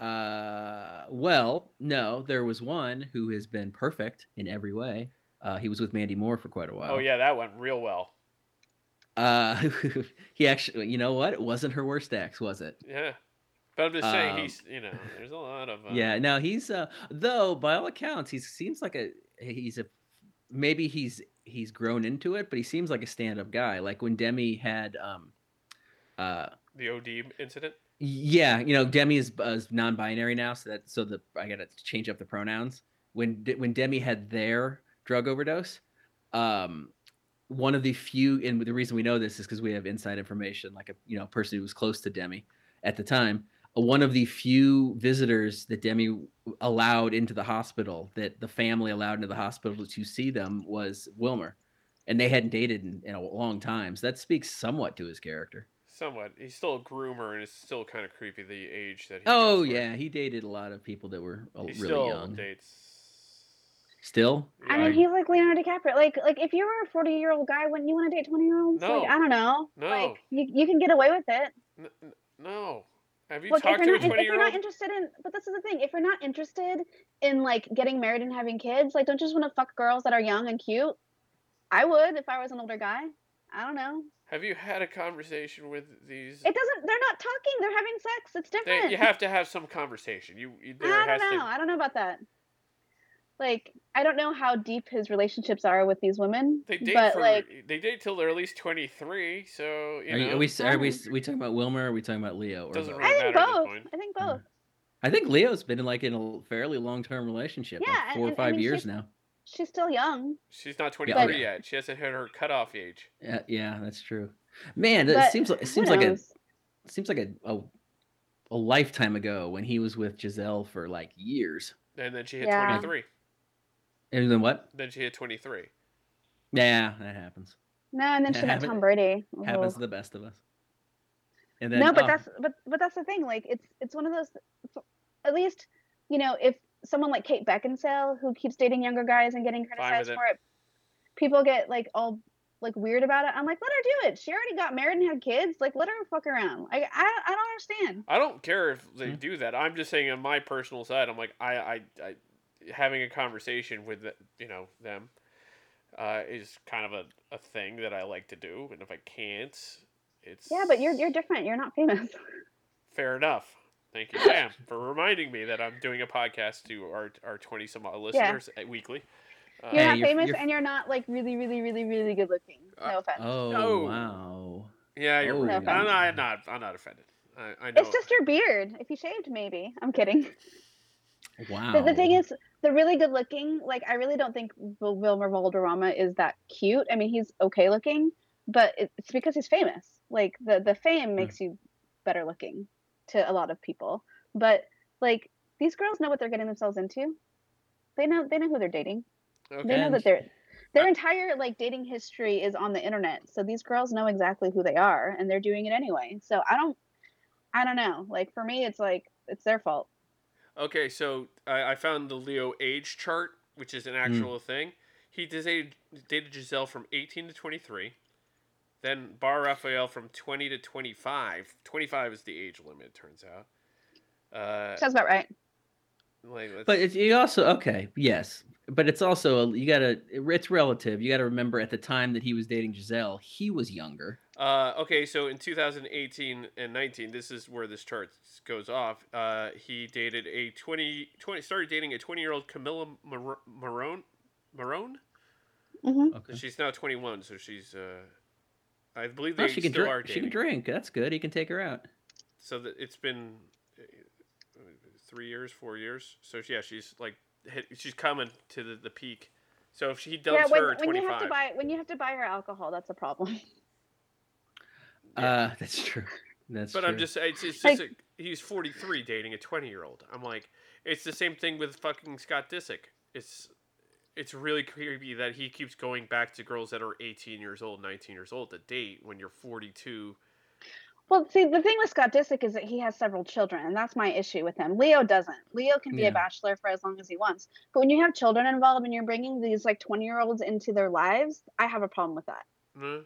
[SPEAKER 3] uh, well, no, there was one who has been perfect in every way. Uh, he was with Mandy Moore for quite a while.
[SPEAKER 1] Oh yeah, that went real well.
[SPEAKER 3] Uh, [laughs] he actually, you know what? It wasn't her worst ex, was it?
[SPEAKER 1] Yeah, but I'm just saying
[SPEAKER 3] Um,
[SPEAKER 1] he's, you know, there's a lot of uh,
[SPEAKER 3] yeah. No, he's uh, though by all accounts, he seems like a he's a maybe he's he's grown into it, but he seems like a stand-up guy. Like when Demi had um, uh.
[SPEAKER 1] the OD incident.
[SPEAKER 3] Yeah, you know, Demi is, uh, is non-binary now, so that so the I gotta change up the pronouns. When De- when Demi had their drug overdose, um, one of the few, and the reason we know this is because we have inside information, like a you know person who was close to Demi at the time. uh, One of the few visitors that Demi allowed into the hospital, that the family allowed into the hospital to see them, was Wilmer, and they hadn't dated in, in a long time. So that speaks somewhat to his character.
[SPEAKER 1] somewhat. He's still a groomer, and it's still kind of creepy the age that. he
[SPEAKER 3] Oh
[SPEAKER 1] goes for.
[SPEAKER 3] yeah, he dated a lot of people that were uh,
[SPEAKER 1] he
[SPEAKER 3] really
[SPEAKER 1] still
[SPEAKER 3] young.
[SPEAKER 1] dates.
[SPEAKER 3] Still,
[SPEAKER 2] I mean,
[SPEAKER 3] Right.
[SPEAKER 2] he's like Leonardo DiCaprio. Like, like if you were a forty-year-old guy, wouldn't you want to date twenty-year-olds? Like,
[SPEAKER 1] No.
[SPEAKER 2] I don't know.
[SPEAKER 1] No.
[SPEAKER 2] Like, you, you can get away with it.
[SPEAKER 1] N- n- no. Have you
[SPEAKER 2] Look, if
[SPEAKER 1] talked
[SPEAKER 2] you're
[SPEAKER 1] to a
[SPEAKER 2] not, if
[SPEAKER 1] twenty
[SPEAKER 2] you're
[SPEAKER 1] year
[SPEAKER 2] not
[SPEAKER 1] old?
[SPEAKER 2] interested in, but this is the thing. If you're not interested in like getting married and having kids, like, don't you just want to fuck girls that are young and cute? I would if I was an older guy. I don't know.
[SPEAKER 1] Have you had a conversation with these?
[SPEAKER 2] It doesn't. They're not talking. They're having sex. It's different.
[SPEAKER 1] They, you have to have some conversation. You, you there
[SPEAKER 2] I
[SPEAKER 1] has
[SPEAKER 2] don't
[SPEAKER 1] to.
[SPEAKER 2] know. I don't know about that. Like, I don't know how deep his relationships are with these women.
[SPEAKER 1] They date
[SPEAKER 2] but
[SPEAKER 1] for
[SPEAKER 2] like,
[SPEAKER 1] they date till they're at least twenty three. So you
[SPEAKER 3] are, you-
[SPEAKER 1] know,
[SPEAKER 3] are we are we
[SPEAKER 2] Fine.
[SPEAKER 3] we talking about Wilmer? Or are we talking about Leo? Or
[SPEAKER 1] Doesn't
[SPEAKER 3] both?
[SPEAKER 1] really-
[SPEAKER 2] I think
[SPEAKER 1] matter at this
[SPEAKER 2] both.
[SPEAKER 1] point.
[SPEAKER 2] I
[SPEAKER 3] Hmm.
[SPEAKER 2] think both.
[SPEAKER 3] I think Leo's been in like in a fairly long term relationship,
[SPEAKER 2] Yeah,
[SPEAKER 3] like
[SPEAKER 2] and-
[SPEAKER 3] four
[SPEAKER 2] and-
[SPEAKER 3] or
[SPEAKER 2] I
[SPEAKER 3] five
[SPEAKER 2] mean,
[SPEAKER 3] years
[SPEAKER 2] she's-
[SPEAKER 3] now.
[SPEAKER 2] She's still young.
[SPEAKER 1] she's not
[SPEAKER 3] Yeah,
[SPEAKER 1] twenty
[SPEAKER 2] oh,
[SPEAKER 1] three
[SPEAKER 3] yeah.
[SPEAKER 1] yet. She hasn't hit her cutoff age.
[SPEAKER 3] Yeah, yeah, that's true. Man, it
[SPEAKER 2] But
[SPEAKER 3] seems like it
[SPEAKER 2] Who
[SPEAKER 3] seems like a
[SPEAKER 2] knows?
[SPEAKER 3] seems like a, a a lifetime ago when he was with Giselle for like years.
[SPEAKER 1] And then she hit
[SPEAKER 2] Yeah.
[SPEAKER 1] twenty three.
[SPEAKER 3] And then what?
[SPEAKER 1] Then she hit twenty three.
[SPEAKER 3] Yeah, that happens.
[SPEAKER 2] no, and then she met
[SPEAKER 3] Happen-
[SPEAKER 2] Tom Brady.
[SPEAKER 3] Happens
[SPEAKER 2] Ugh.
[SPEAKER 3] to the best of us. And then
[SPEAKER 2] Oh. no, but
[SPEAKER 3] oh,
[SPEAKER 2] that's but but that's the thing. Like, it's it's one of those. At least you know if someone like Kate Beckinsale who keeps dating younger guys and getting criticized
[SPEAKER 1] it.
[SPEAKER 2] for it, people get like all like weird about it. I'm like, let her do it. She already got married and had kids. Like, let her fuck around. Like, I I don't understand.
[SPEAKER 1] I don't care if they
[SPEAKER 3] Hmm.
[SPEAKER 1] do that. I'm just saying on my personal side, I'm like I, I, I having a conversation with the, you know them uh, is kind of a, a thing that I like to do, and if I can't, it's
[SPEAKER 2] Yeah, but you're you're different. You're not famous. [laughs]
[SPEAKER 1] fair enough. Thank you, Sam, for reminding me that I'm doing a podcast to our our twenty some odd listeners uh, weekly. Uh,
[SPEAKER 2] You're
[SPEAKER 3] Yeah,
[SPEAKER 2] not
[SPEAKER 3] you're-
[SPEAKER 2] famous,
[SPEAKER 3] you're-
[SPEAKER 2] and you're not like really, really, really, really good looking. No offense.
[SPEAKER 3] Oh
[SPEAKER 1] No.
[SPEAKER 3] wow.
[SPEAKER 1] yeah, you're
[SPEAKER 3] Oh.
[SPEAKER 1] right.
[SPEAKER 2] No
[SPEAKER 1] I'm, not, I'm not. I'm not offended. I, I know.
[SPEAKER 2] it's just your beard. If you shaved, maybe. I'm kidding. [laughs]
[SPEAKER 3] Wow.
[SPEAKER 2] But the thing is, the really good looking, like I really don't think Wil- Wilmer Valderrama is that cute. I mean, he's okay looking, but it- it's because he's famous. Like the the
[SPEAKER 3] Hmm.
[SPEAKER 2] fame makes you better looking to a lot of people. But like these girls know what they're getting themselves into. They know they know who they're dating. They
[SPEAKER 1] okay.
[SPEAKER 2] know
[SPEAKER 3] And-
[SPEAKER 2] that they're.
[SPEAKER 3] Uh,
[SPEAKER 2] Their entire like dating history is on the internet, so these girls know exactly who they are, and they're doing it anyway. So I don't, I don't know. Like for me, it's like it's their fault.
[SPEAKER 1] Okay, so I, I found the Leo age chart, which
[SPEAKER 3] Hmm.
[SPEAKER 1] is an actual thing. He dated, dated Giselle from 18 to 23, then Bar Raphael from 20 to 25. 25 is the age limit, it turns out. Uh,
[SPEAKER 2] Sounds about right.
[SPEAKER 1] like, let's-
[SPEAKER 3] But it's, you also okay, yes. But it's also you gotta it's relative. You gotta remember at the time that he was dating Giselle, he was younger.
[SPEAKER 1] uh, okay, so in 2018 and 19, this is where this chart goes off. Uh, he dated a 20, 20 started dating a 20 year old Camilla Mar- Marone. Marone?
[SPEAKER 2] hmm
[SPEAKER 3] Okay.
[SPEAKER 1] She's now 21, so she's. Uh, I believe they
[SPEAKER 3] Oh, she can
[SPEAKER 1] still are
[SPEAKER 3] drink.
[SPEAKER 1] dating.
[SPEAKER 3] She can drink. That's good. He can take her out.
[SPEAKER 1] so that it's been uh, three years, four years. So yeah, she's like hit, she's coming to the, the peak. So if she dumps
[SPEAKER 2] yeah, when,
[SPEAKER 1] her at
[SPEAKER 2] when
[SPEAKER 1] twenty
[SPEAKER 2] you have to
[SPEAKER 1] five,
[SPEAKER 2] buy when you have to buy her alcohol, that's a problem. [laughs]
[SPEAKER 3] Uh, [laughs] that's true. That's
[SPEAKER 1] but
[SPEAKER 3] true.
[SPEAKER 1] I'm just it's, it's
[SPEAKER 2] Like-
[SPEAKER 1] just a, he's forty three dating a twenty year old. I'm like, it's the same thing with fucking Scott Disick. It's it's really creepy that he keeps going back to girls that are 18 years old, 19 years old to date when you're 42.
[SPEAKER 2] Well, see, the thing with Scott Disick is that he has several children, and that's my issue with him. Leo doesn't. Leo can be
[SPEAKER 3] Yeah.
[SPEAKER 2] a bachelor for as long as he wants, but when you have children involved and you're bringing these like twenty year olds into their lives, I have a problem with that.
[SPEAKER 1] Huh?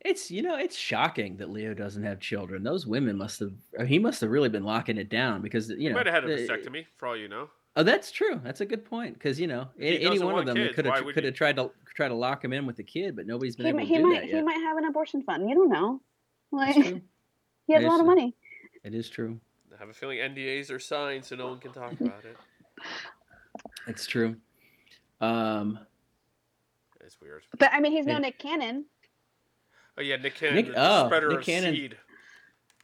[SPEAKER 3] It's you know it's shocking that Leo doesn't have children. Those women must have. Or he must have really been locking it down because you know.
[SPEAKER 1] Might have had a
[SPEAKER 3] the-
[SPEAKER 1] vasectomy, for all you know.
[SPEAKER 3] Oh, that's true. That's a good point because you know a- any
[SPEAKER 1] doesn't
[SPEAKER 3] one
[SPEAKER 1] want
[SPEAKER 3] of them
[SPEAKER 1] kids.
[SPEAKER 3] could
[SPEAKER 1] Why
[SPEAKER 3] have
[SPEAKER 1] would
[SPEAKER 3] could
[SPEAKER 1] he?
[SPEAKER 3] have tried to try to lock him in with a kid, but nobody's been
[SPEAKER 2] He,
[SPEAKER 3] able
[SPEAKER 2] mi-
[SPEAKER 3] to
[SPEAKER 2] he
[SPEAKER 3] do
[SPEAKER 2] might
[SPEAKER 3] that
[SPEAKER 2] he
[SPEAKER 3] yet.
[SPEAKER 2] might have an abortion fund. You don't know. Like
[SPEAKER 3] It's true.
[SPEAKER 2] he has a
[SPEAKER 3] That
[SPEAKER 2] lot
[SPEAKER 3] is
[SPEAKER 2] of
[SPEAKER 3] true.
[SPEAKER 2] money.
[SPEAKER 3] It is true.
[SPEAKER 1] I have a feeling NDAs are signed, so no one can talk
[SPEAKER 3] [laughs]
[SPEAKER 1] about it.
[SPEAKER 3] It's true. Um,
[SPEAKER 1] It's weird.
[SPEAKER 2] But I mean, he's no
[SPEAKER 3] Yeah.
[SPEAKER 2] Nick Cannon.
[SPEAKER 1] Oh yeah, Nick Cannon,
[SPEAKER 3] Nick-
[SPEAKER 1] the
[SPEAKER 3] oh,
[SPEAKER 1] spreader
[SPEAKER 3] Nick
[SPEAKER 1] of
[SPEAKER 3] Cannon.
[SPEAKER 1] seed.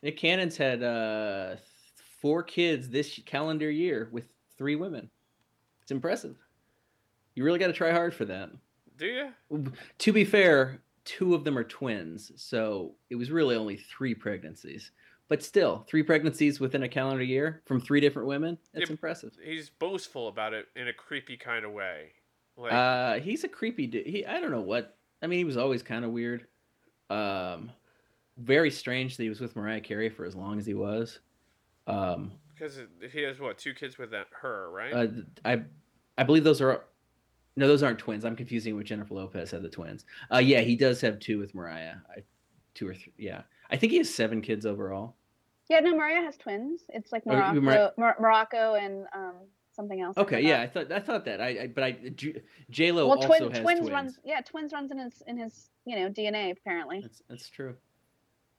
[SPEAKER 3] Nick Cannon's had uh, four kids this calendar year with three women. It's impressive. You really got to try hard for that.
[SPEAKER 1] Do you?
[SPEAKER 3] To be fair, two of them are twins, so it was really only three pregnancies. But still, three pregnancies within a calendar year from three different women—that's
[SPEAKER 1] Yep.
[SPEAKER 3] impressive.
[SPEAKER 1] He's boastful about it in a creepy kind of way. Like,
[SPEAKER 3] Uh, he's a creepy dude. He, I don't know what. I mean, he was always kind of weird. Um, very strange that he was with Mariah Carey for as long as he was. Um,
[SPEAKER 1] Because it- he has what two kids with that her, right?
[SPEAKER 3] uh, I I believe those are no, those aren't twins. I'm confusing with Jennifer Lopez had the twins. Uh, yeah, he does have two with Mariah. I, two or three. Yeah, I think he has seven kids overall.
[SPEAKER 2] Yeah, no, Maria has twins. It's like
[SPEAKER 3] Oh, you-
[SPEAKER 2] Morocco,
[SPEAKER 3] you
[SPEAKER 2] Mor- Morocco, and um, something else. I
[SPEAKER 1] Uh,
[SPEAKER 3] Okay, yeah, I
[SPEAKER 2] forgot.
[SPEAKER 3] thought I thought that. I, I but I J Lo
[SPEAKER 2] Well,
[SPEAKER 3] also
[SPEAKER 2] twin,
[SPEAKER 3] has
[SPEAKER 2] twins,
[SPEAKER 3] twins.
[SPEAKER 2] runs. Yeah, twins runs in his in his you know DNA apparently.
[SPEAKER 3] That's that's true.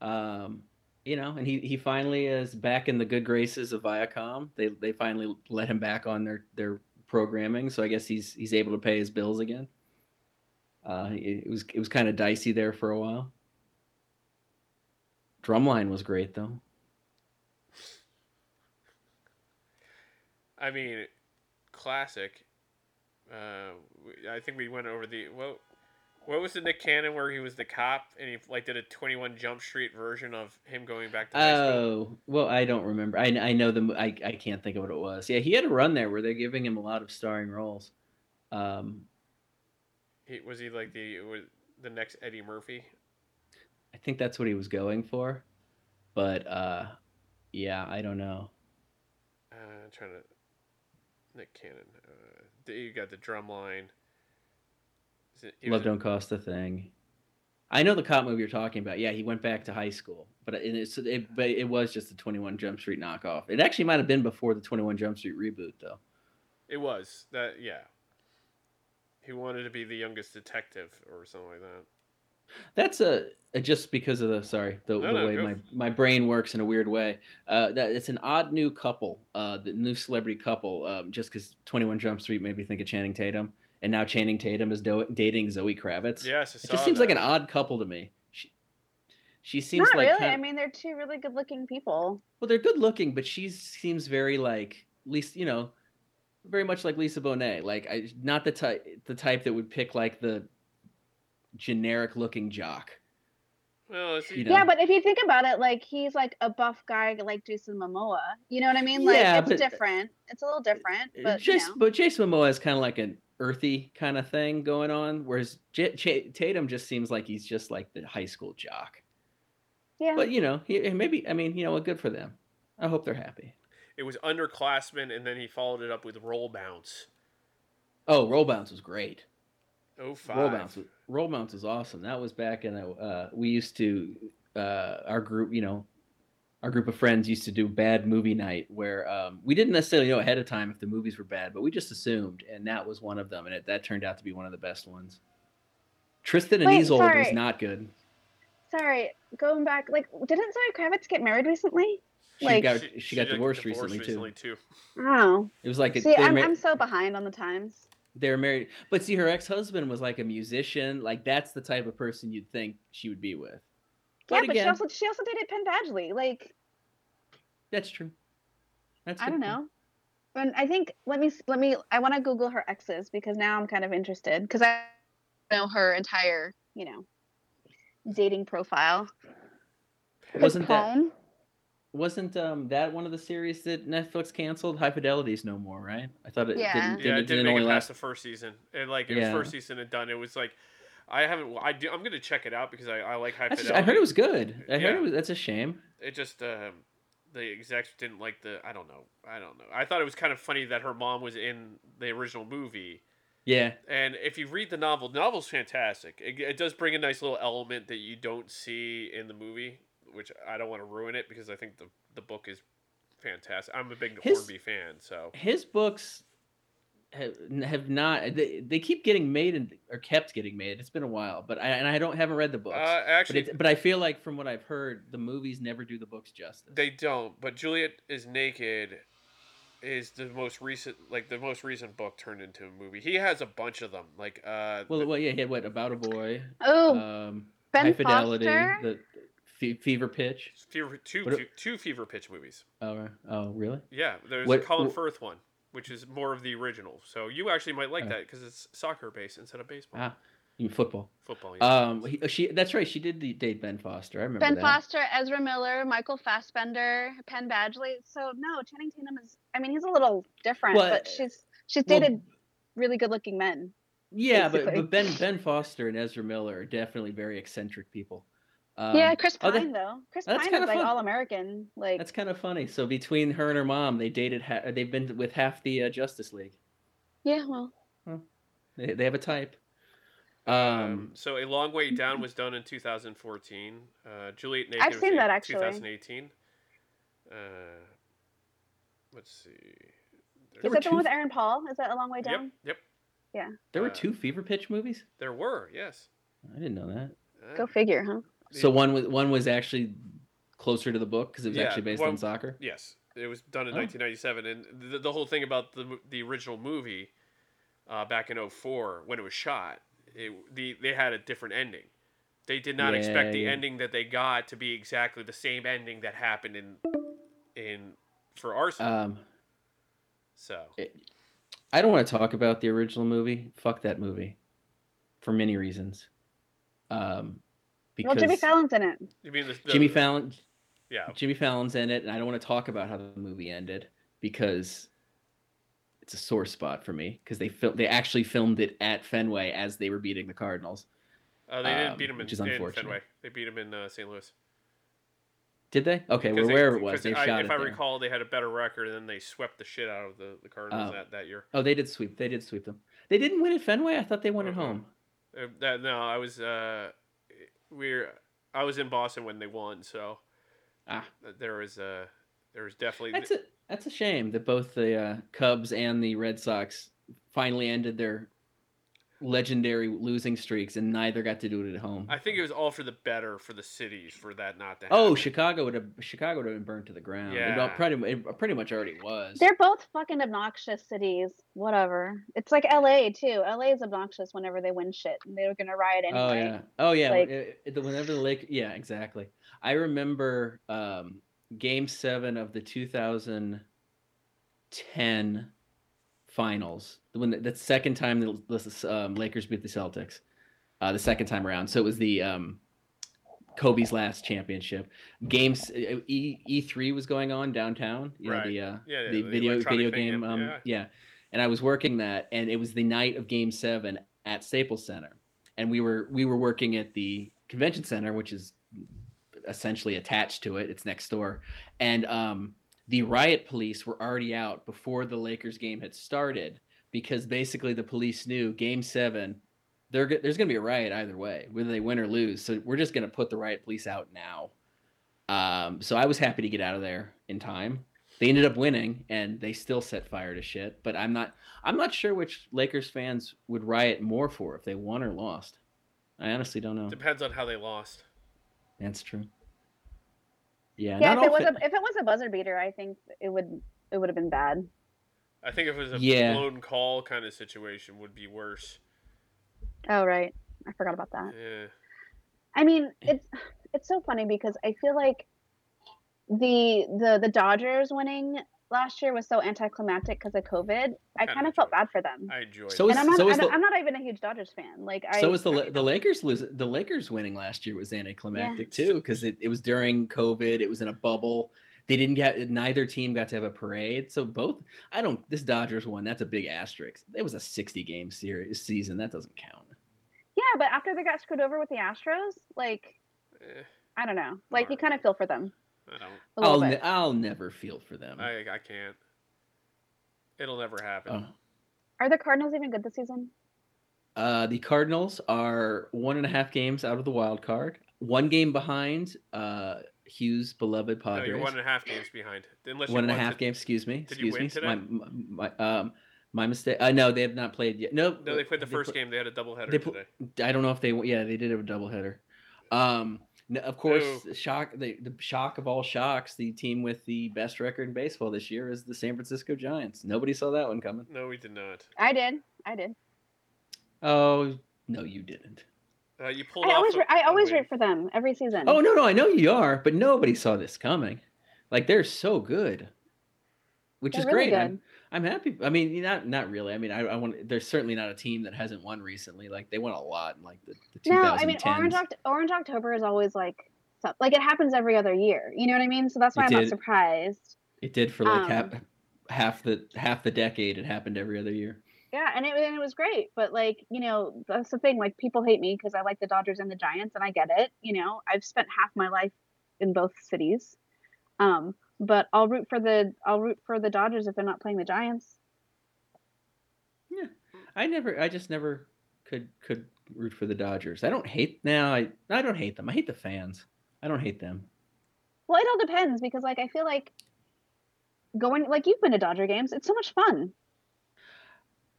[SPEAKER 3] Um, you know, and he he finally is back in the good graces of Viacom. They they finally let him back on their their programming, so I guess he's he's able to pay his bills again. Uh, it, it was it was kind of dicey there for a while. Drumline was great though.
[SPEAKER 1] I mean, classic. Uh, we- I think we went over the what. What was the Nick Cannon where he was the cop and he like did a Twenty One Jump Street version of him going back to high school?
[SPEAKER 3] Oh well, I don't remember. I I know the mo- I I can't think of what it was. Yeah, he had a run there where they're giving him a lot of starring roles. Um,
[SPEAKER 1] He, was he like the was the next Eddie Murphy?
[SPEAKER 3] I think that's what he was going for. But uh yeah, I don't know.
[SPEAKER 1] Uh, I'm trying to Nick Cannon. Uh, the- you got the drum line. Is it- he was
[SPEAKER 3] Love
[SPEAKER 1] in-
[SPEAKER 3] don't cost a thing. I know the cop movie you're talking about. Yeah, he went back to high school, but it, it's it, but it was just the 21 Jump Street knockoff. It actually might have been before the 21 Jump Street reboot though.
[SPEAKER 1] It was that yeah. He wanted to be the youngest detective or something like that.
[SPEAKER 3] That's a, a just because of the sorry the,
[SPEAKER 1] No,
[SPEAKER 3] the
[SPEAKER 1] no,
[SPEAKER 3] way
[SPEAKER 1] go
[SPEAKER 3] my,
[SPEAKER 1] f-
[SPEAKER 3] my brain works in a weird way. Uh, that it's an odd new couple, uh, the new celebrity couple. Um, just because Twenty One Jump Street made me think of Channing Tatum, and now Channing Tatum is do- dating Zoe Kravitz.
[SPEAKER 1] Yes, I
[SPEAKER 3] It
[SPEAKER 1] saw
[SPEAKER 3] just seems like
[SPEAKER 1] that.
[SPEAKER 3] an odd couple to me. She, she seems
[SPEAKER 2] Not
[SPEAKER 3] like
[SPEAKER 2] really.
[SPEAKER 3] kind
[SPEAKER 2] I mean, they're two really good-looking people.
[SPEAKER 3] well, they're good looking, but she seems very like least you know, very much like Lisa Bonet. Like I not the type the type that would pick like the generic looking jock.
[SPEAKER 1] Well, it's,
[SPEAKER 3] You
[SPEAKER 2] Yeah.
[SPEAKER 3] know.
[SPEAKER 2] but if you think about it, like he's like a buff guy, like Jason Momoa. You know what I mean? Like
[SPEAKER 3] Yeah,
[SPEAKER 2] it's
[SPEAKER 3] but-
[SPEAKER 2] different. It's a little different,
[SPEAKER 3] Uh,
[SPEAKER 2] but you
[SPEAKER 3] Jason,
[SPEAKER 2] know.
[SPEAKER 3] but Jason Momoa is kind of like an earthy kind of thing going on, whereas J- J- Tatum just seems like he's just like the high school jock.
[SPEAKER 2] yeah.
[SPEAKER 3] But you know, he, maybe I mean, you know, what good for them. I hope they're happy.
[SPEAKER 1] it was underclassmen, and then he followed it up with roll bounce.
[SPEAKER 3] Oh, roll bounce was great.
[SPEAKER 1] Oh
[SPEAKER 3] Roll
[SPEAKER 1] five.
[SPEAKER 3] bounce, was- roll bounce was awesome. That was back in the, uh, we used to uh, our group, you know, our group of friends used to do bad movie night where um, we didn't necessarily know ahead of time if the movies were bad, but we just assumed, and that was one of them, and it, that turned out to be one of the best ones. Tristan and
[SPEAKER 2] Wait,
[SPEAKER 3] Isolde was
[SPEAKER 2] sorry.
[SPEAKER 3] not good.
[SPEAKER 2] Sorry, going back, like didn't Zoe Kravitz get married recently?
[SPEAKER 3] She
[SPEAKER 2] Like-
[SPEAKER 3] got she, got divorced, recently, too.
[SPEAKER 2] Oh,
[SPEAKER 3] It was like
[SPEAKER 2] see,
[SPEAKER 3] they're,
[SPEAKER 2] I'm,
[SPEAKER 3] mar-
[SPEAKER 2] I'm so behind on the times.
[SPEAKER 3] they're married, but see, her ex husband was like a musician. Like that's the type of person you'd think she would be with. But
[SPEAKER 2] yeah, but
[SPEAKER 3] again,
[SPEAKER 2] she also she also dated Penn Badgley. Like
[SPEAKER 3] that's true. That's a
[SPEAKER 2] I
[SPEAKER 3] good
[SPEAKER 2] don't
[SPEAKER 3] point.
[SPEAKER 2] know. And I think let me let me I want to Google her exes because now I'm kind of interested because I know her entire you know dating profile. Chris
[SPEAKER 3] Wasn't that-
[SPEAKER 2] Pone?
[SPEAKER 3] wasn't um that one of the series that Netflix canceled? High Fidelity's no more, right? I thought it
[SPEAKER 2] Yeah.
[SPEAKER 3] didn't,
[SPEAKER 2] Yeah,
[SPEAKER 1] Yeah,
[SPEAKER 3] didn't,
[SPEAKER 1] it didn't
[SPEAKER 3] didn't
[SPEAKER 1] make
[SPEAKER 3] only
[SPEAKER 1] it past
[SPEAKER 3] last.
[SPEAKER 1] the first season. It like it
[SPEAKER 3] Yeah.
[SPEAKER 1] was first season and done. It was like I haven't. I do. I'm gonna check it out because I, I like high
[SPEAKER 3] That's-
[SPEAKER 1] fidelity.
[SPEAKER 3] I heard it was good. I heard
[SPEAKER 1] Yeah.
[SPEAKER 3] it was. That's a shame.
[SPEAKER 1] It just um, the execs didn't like the. I don't know. I don't know. I thought it was kind of funny that her mom was in the original movie.
[SPEAKER 3] Yeah,
[SPEAKER 1] And if you read the novel, the novel's fantastic. It, it does bring a nice little element that you don't see in the movie, which I don't want to ruin it because I think the the book is fantastic. I'm a big
[SPEAKER 3] His-
[SPEAKER 1] Hornby fan, so
[SPEAKER 3] his books have, have not. They, they keep getting made and or kept getting made. It's been a while, but I and I don't haven't read the
[SPEAKER 1] uh,
[SPEAKER 3] books. but,
[SPEAKER 1] actually
[SPEAKER 3] it, but I feel like from what I've heard, the movies never do the books justice.
[SPEAKER 1] they don't. But Juliet is naked is the most recent like the most recent book turned into a movie. He has a bunch of them. Like uh
[SPEAKER 3] well, well, yeah, he had what about a boy?
[SPEAKER 2] Oh,
[SPEAKER 3] Um, High
[SPEAKER 2] Ben
[SPEAKER 3] Fidelity,
[SPEAKER 2] Foster.
[SPEAKER 3] the Fe- Fever Pitch.
[SPEAKER 1] fever, two,
[SPEAKER 3] What-
[SPEAKER 1] two two fever pitch movies.
[SPEAKER 3] Oh, oh, really?
[SPEAKER 1] Yeah, there's
[SPEAKER 3] What-
[SPEAKER 1] a Colin
[SPEAKER 3] wh-
[SPEAKER 1] Firth one, which is more of the original. So you actually might like
[SPEAKER 3] Uh.
[SPEAKER 1] that because it's soccer based instead of baseball.
[SPEAKER 3] Ah, you mean football.
[SPEAKER 1] Football. Yeah.
[SPEAKER 3] Um, he, she that's right. She did the date Ben Foster. I remember
[SPEAKER 2] Ben
[SPEAKER 3] that.
[SPEAKER 2] Foster, Ezra Miller, Michael Fassbender, Penn Badgley. So no, Channing Tatum is. I mean, he's a little different,
[SPEAKER 3] Well, uh,
[SPEAKER 2] but she's she's
[SPEAKER 3] well-
[SPEAKER 2] dated really good-looking men.
[SPEAKER 3] Yeah, but,
[SPEAKER 2] basically.
[SPEAKER 3] but Ben Ben Foster and Ezra Miller are definitely very eccentric people. Um,
[SPEAKER 2] yeah, Chris
[SPEAKER 3] oh,
[SPEAKER 2] Pine
[SPEAKER 3] that-
[SPEAKER 2] though. Chris
[SPEAKER 3] that's
[SPEAKER 2] Pine
[SPEAKER 3] kinda
[SPEAKER 2] is like
[SPEAKER 3] fun.
[SPEAKER 2] all American. Like
[SPEAKER 3] That's kind of funny. So between her and her mom, they dated. Ha- they've been with half the uh, Justice League.
[SPEAKER 2] yeah, well,
[SPEAKER 3] They, they have a type.
[SPEAKER 1] Um,
[SPEAKER 3] Um,
[SPEAKER 1] so A Long Way Down was done in 2014. Uh, Juliet Naked
[SPEAKER 2] I've
[SPEAKER 1] was
[SPEAKER 2] seen
[SPEAKER 1] in
[SPEAKER 2] that, actually.
[SPEAKER 1] 2018. Uh, let's see.
[SPEAKER 3] There
[SPEAKER 2] is that
[SPEAKER 3] were
[SPEAKER 2] the one
[SPEAKER 3] two-
[SPEAKER 2] with Aaron Paul? Is that a long way
[SPEAKER 1] yep,
[SPEAKER 2] down?
[SPEAKER 1] yep.
[SPEAKER 3] there were
[SPEAKER 1] uh,
[SPEAKER 3] two Fever Pitch movies.
[SPEAKER 1] There were, yes.
[SPEAKER 3] I didn't know that.
[SPEAKER 1] Uh,
[SPEAKER 2] Go figure, huh?
[SPEAKER 3] So
[SPEAKER 1] the-
[SPEAKER 3] one was one was actually closer to the book because it was
[SPEAKER 1] Yeah,
[SPEAKER 3] actually based
[SPEAKER 1] one-
[SPEAKER 3] on soccer.
[SPEAKER 1] Yes, it was done in
[SPEAKER 3] Oh.
[SPEAKER 1] 1997, and the, the whole thing about the mo- the original movie uh, back in 04 when it was shot, it, the they had a different ending. They did not expect the
[SPEAKER 3] Yeah, yeah.
[SPEAKER 1] ending that they got to be exactly the same ending that happened in in for Arsenal.
[SPEAKER 3] Um,
[SPEAKER 1] so
[SPEAKER 3] I don't want to talk about the original movie. Fuck that movie, for many reasons. Um, because
[SPEAKER 2] Well, Jimmy Fallon's in it.
[SPEAKER 1] you mean the, the-
[SPEAKER 3] Jimmy Fallon
[SPEAKER 1] Yeah,
[SPEAKER 3] Jimmy Fallon's in it, and I don't want to talk about how the movie ended because it's a sore spot for me because they fil- they actually filmed it at Fenway as they were beating the Cardinals.
[SPEAKER 1] uh, they didn't
[SPEAKER 3] um,
[SPEAKER 1] beat him in,
[SPEAKER 3] which is
[SPEAKER 1] in
[SPEAKER 3] unfortunate.
[SPEAKER 1] Fenway. They beat him in uh, St. Louis.
[SPEAKER 3] Did they? Okay, well,
[SPEAKER 1] 'Cause they-
[SPEAKER 3] wherever it was,
[SPEAKER 1] 'cause
[SPEAKER 3] they
[SPEAKER 1] I,
[SPEAKER 3] shot
[SPEAKER 1] If
[SPEAKER 3] it.
[SPEAKER 1] I
[SPEAKER 3] there.
[SPEAKER 1] recall, they had a better record, and then they swept the shit out of the the Cardinals
[SPEAKER 3] Oh.
[SPEAKER 1] that, that year.
[SPEAKER 3] Oh, they did sweep. They did sweep them. They didn't win at Fenway. I thought they won at
[SPEAKER 1] Uh-uh.
[SPEAKER 3] home.
[SPEAKER 1] Uh, that, no, I was uh, we're I was in Boston when they won, so
[SPEAKER 3] Ah,
[SPEAKER 1] there was uh, there was definitely
[SPEAKER 3] that's a that's a shame that both the uh, Cubs and the Red Sox finally ended their legendary losing streaks, and neither got to do it at home.
[SPEAKER 1] I think it was all for the better for the cities for that not to happen.
[SPEAKER 3] Oh, Chicago would have Chicago would have been burnt to the ground. It all-
[SPEAKER 1] Yeah.
[SPEAKER 3] pretty it pretty much already was.
[SPEAKER 2] They're both fucking obnoxious cities. Whatever. It's like LA too. LA is obnoxious whenever they win shit and they're gonna riot anyway.
[SPEAKER 3] Oh yeah. Oh yeah.
[SPEAKER 2] Like-
[SPEAKER 3] It- it- the- whenever the Lake, yeah, exactly. I remember um, Game Seven of the 2010 Finals, when the, the second time the, the um, Lakers beat the Celtics, uh, the second time around. So it was the um, Kobe's last championship. Games E E three was going on downtown. You
[SPEAKER 1] Right.
[SPEAKER 3] Know, the uh,
[SPEAKER 1] Yeah, yeah,
[SPEAKER 3] the
[SPEAKER 1] the
[SPEAKER 3] video
[SPEAKER 1] electronic
[SPEAKER 3] video
[SPEAKER 1] thing,
[SPEAKER 3] game.
[SPEAKER 1] yeah,
[SPEAKER 3] Um,
[SPEAKER 1] yeah.
[SPEAKER 3] yeah. and I was working that, and it was the night of Game Seven at Staples Center, and we were we were working at the convention center, which is essentially attached to it. It's next door, and um, the riot police were already out before the Lakers game had started because basically the police knew Game Seven. There, there's going to be a riot either way, whether they win or lose. So we're just going to put the riot police out now. Um, so I was happy to get out of there in time. They ended up winning, and they still set fire to shit. But I'm not, I'm not sure which Lakers fans would riot more for if they won or lost. I honestly don't know.
[SPEAKER 1] depends on how they lost.
[SPEAKER 3] That's true. Yeah,
[SPEAKER 2] Yeah, if it
[SPEAKER 3] not all
[SPEAKER 2] was
[SPEAKER 3] fa-
[SPEAKER 2] a if it was a buzzer beater, I think it would it would have been bad.
[SPEAKER 1] I think if it was a
[SPEAKER 3] Yeah.
[SPEAKER 1] blown call kind of situation, would be worse.
[SPEAKER 2] Oh right, I forgot about that.
[SPEAKER 1] Yeah,
[SPEAKER 2] I mean, it's it's so funny because I feel like the the the Dodgers winning last year was so anticlimactic because of COVID. I
[SPEAKER 1] Kinda
[SPEAKER 2] kind of felt
[SPEAKER 1] enjoyed
[SPEAKER 2] bad for them.
[SPEAKER 1] I enjoy.
[SPEAKER 3] So
[SPEAKER 1] that.
[SPEAKER 2] and I'm not,
[SPEAKER 3] is- so
[SPEAKER 2] I
[SPEAKER 3] is
[SPEAKER 2] don't-
[SPEAKER 3] the-
[SPEAKER 2] I'm not even a huge Dodgers fan. Like I
[SPEAKER 3] so was the
[SPEAKER 2] I
[SPEAKER 3] La-
[SPEAKER 2] mean,
[SPEAKER 3] the Lakers lose the Lakers winning last year was anticlimactic too because it, it was during COVID. It was in a bubble. They didn't get neither team got to have a parade. So both I don't this Dodgers one that's a big asterisk. It was a sixty game series season that doesn't count.
[SPEAKER 2] yeah, but after they got screwed over with the Astros, like
[SPEAKER 1] Eh,
[SPEAKER 2] I don't know, like you
[SPEAKER 1] Alright.
[SPEAKER 2] kind of feel for them.
[SPEAKER 1] I don't.
[SPEAKER 2] A little
[SPEAKER 3] I'll
[SPEAKER 2] bit.
[SPEAKER 3] ne- I'll never feel for them.
[SPEAKER 1] I I can't. It'll never happen.
[SPEAKER 3] Oh.
[SPEAKER 2] Are the Cardinals even good this season?
[SPEAKER 3] Uh, the Cardinals are one and a half games out of the wild card, one game behind uh, Hughes' beloved
[SPEAKER 1] no,
[SPEAKER 3] Padres.
[SPEAKER 1] you're one and a half games behind. Unless you
[SPEAKER 3] one and a
[SPEAKER 1] won
[SPEAKER 3] half
[SPEAKER 1] to-
[SPEAKER 3] games. Excuse me.
[SPEAKER 1] did you
[SPEAKER 3] Excuse
[SPEAKER 1] win
[SPEAKER 3] me.
[SPEAKER 1] today?
[SPEAKER 3] My, my, my, um, my mistake. Uh, no, they have not played yet. No,
[SPEAKER 1] No, they played the first
[SPEAKER 3] pla-
[SPEAKER 1] game. They had a doubleheader
[SPEAKER 3] they pl-
[SPEAKER 1] today.
[SPEAKER 3] I don't know if they. Yeah, they did have a doubleheader. Um, no, of course, shock. The, the shock of all shocks. The team with the best record in baseball this year is the San Francisco Giants. Nobody saw that one coming.
[SPEAKER 1] No, we did not.
[SPEAKER 2] I did, I did.
[SPEAKER 3] Oh no, you didn't.
[SPEAKER 1] Uh, you pulled
[SPEAKER 2] I
[SPEAKER 1] off.
[SPEAKER 2] always
[SPEAKER 1] a-
[SPEAKER 2] root- I
[SPEAKER 1] a
[SPEAKER 2] always
[SPEAKER 1] win.
[SPEAKER 2] root for them every season.
[SPEAKER 3] Oh no, no, I know you are, but nobody saw this coming. Like they're so good, which
[SPEAKER 2] They're
[SPEAKER 3] is
[SPEAKER 2] really
[SPEAKER 3] great. I'm-
[SPEAKER 2] good.
[SPEAKER 3] I'm happy. I mean, not not really. I mean, I, I want. There's certainly not a team that hasn't won recently. Like they won a lot in like the, the 2010s.
[SPEAKER 2] No, I mean Orange Oct- Orange October is always like so- like it happens every other year. You know what I mean? So that's why
[SPEAKER 3] It
[SPEAKER 2] I'm
[SPEAKER 3] did.
[SPEAKER 2] not surprised.
[SPEAKER 3] it did for like
[SPEAKER 2] um,
[SPEAKER 3] half half the half the decade. It happened every other year.
[SPEAKER 2] Yeah, and it, and it was great, but like you know, that's the thing. Like people hate me because I like the Dodgers and the Giants, and I get it. You know, I've spent half my life in both cities, um, but I'll root for the I'll root for the Dodgers if they're not playing the Giants.
[SPEAKER 3] Yeah, I never, I just never could could root for the Dodgers. I don't hate now. I I don't hate them. I hate the fans. I don't hate them.
[SPEAKER 2] Well, it all depends because like I feel like going like you've been to Dodger games, it's so much fun.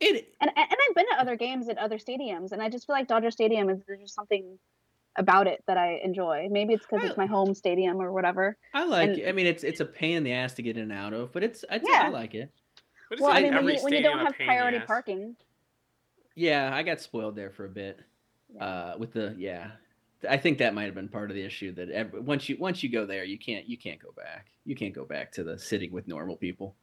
[SPEAKER 3] It
[SPEAKER 2] And and I've been to other games at other stadiums, and I just feel like Dodger Stadium is there's just something about it that I enjoy. Maybe it's because it's my home stadium or whatever.
[SPEAKER 3] I like.
[SPEAKER 2] and-
[SPEAKER 3] it. I mean, it's it's a pain in the ass to get in and out of, but it's I,
[SPEAKER 2] Yeah.
[SPEAKER 3] I like it.
[SPEAKER 1] But it's
[SPEAKER 2] Well,
[SPEAKER 1] like
[SPEAKER 2] I mean, when
[SPEAKER 1] every
[SPEAKER 2] you, when you
[SPEAKER 1] stadium
[SPEAKER 2] don't
[SPEAKER 1] a
[SPEAKER 2] have
[SPEAKER 1] pain in the
[SPEAKER 2] priority
[SPEAKER 1] ass.
[SPEAKER 2] parking,
[SPEAKER 3] Yeah, I got spoiled there for a bit.
[SPEAKER 2] Yeah.
[SPEAKER 3] Uh, with the yeah, I think that might have been part of the issue that ev once you once you go there, you can't you can't go back. You can't go back to the sitting with normal people.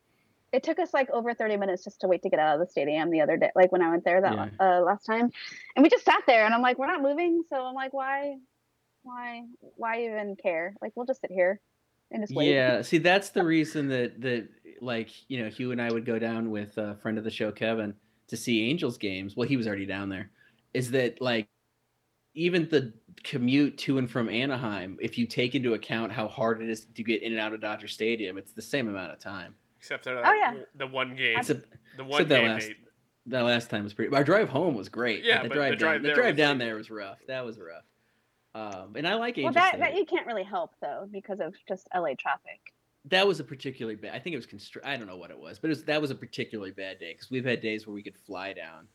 [SPEAKER 2] it took us like over 30 minutes just to wait to get out of the stadium the other day like when i went there that
[SPEAKER 3] Yeah.
[SPEAKER 2] uh, last time and we just sat there and i'm like we're not moving so i'm like why why why even care like we'll just sit here and just wait
[SPEAKER 3] Yeah, see, that's the reason that that like you know Hugh and I would go down with a friend of the show Kevin to see Angels games. Well, he was already down there. Is that like even the commute to and from Anaheim? If you take into account how hard it is to get in and out of Dodger Stadium, it's the same amount of time.
[SPEAKER 1] Except for that,
[SPEAKER 2] Oh, yeah.
[SPEAKER 1] the one game.
[SPEAKER 3] It's a
[SPEAKER 1] the one
[SPEAKER 3] that
[SPEAKER 1] game.
[SPEAKER 3] last-
[SPEAKER 1] they-
[SPEAKER 3] that last time was pretty. Our drive home was great.
[SPEAKER 1] Yeah,
[SPEAKER 3] but the
[SPEAKER 1] but
[SPEAKER 3] drive
[SPEAKER 1] the
[SPEAKER 3] down,
[SPEAKER 1] drive
[SPEAKER 3] the
[SPEAKER 1] there
[SPEAKER 3] drive
[SPEAKER 1] was-
[SPEAKER 3] down there was rough. That was rough. Um, and I like
[SPEAKER 2] [laughs]
[SPEAKER 3] Angel
[SPEAKER 2] well
[SPEAKER 3] that,
[SPEAKER 2] that, that you can't really help though because of just la traffic
[SPEAKER 3] that was a particularly bad. I think it was constr- I don't know what it was, but it was that was a particularly bad day because we've had days where we could fly down,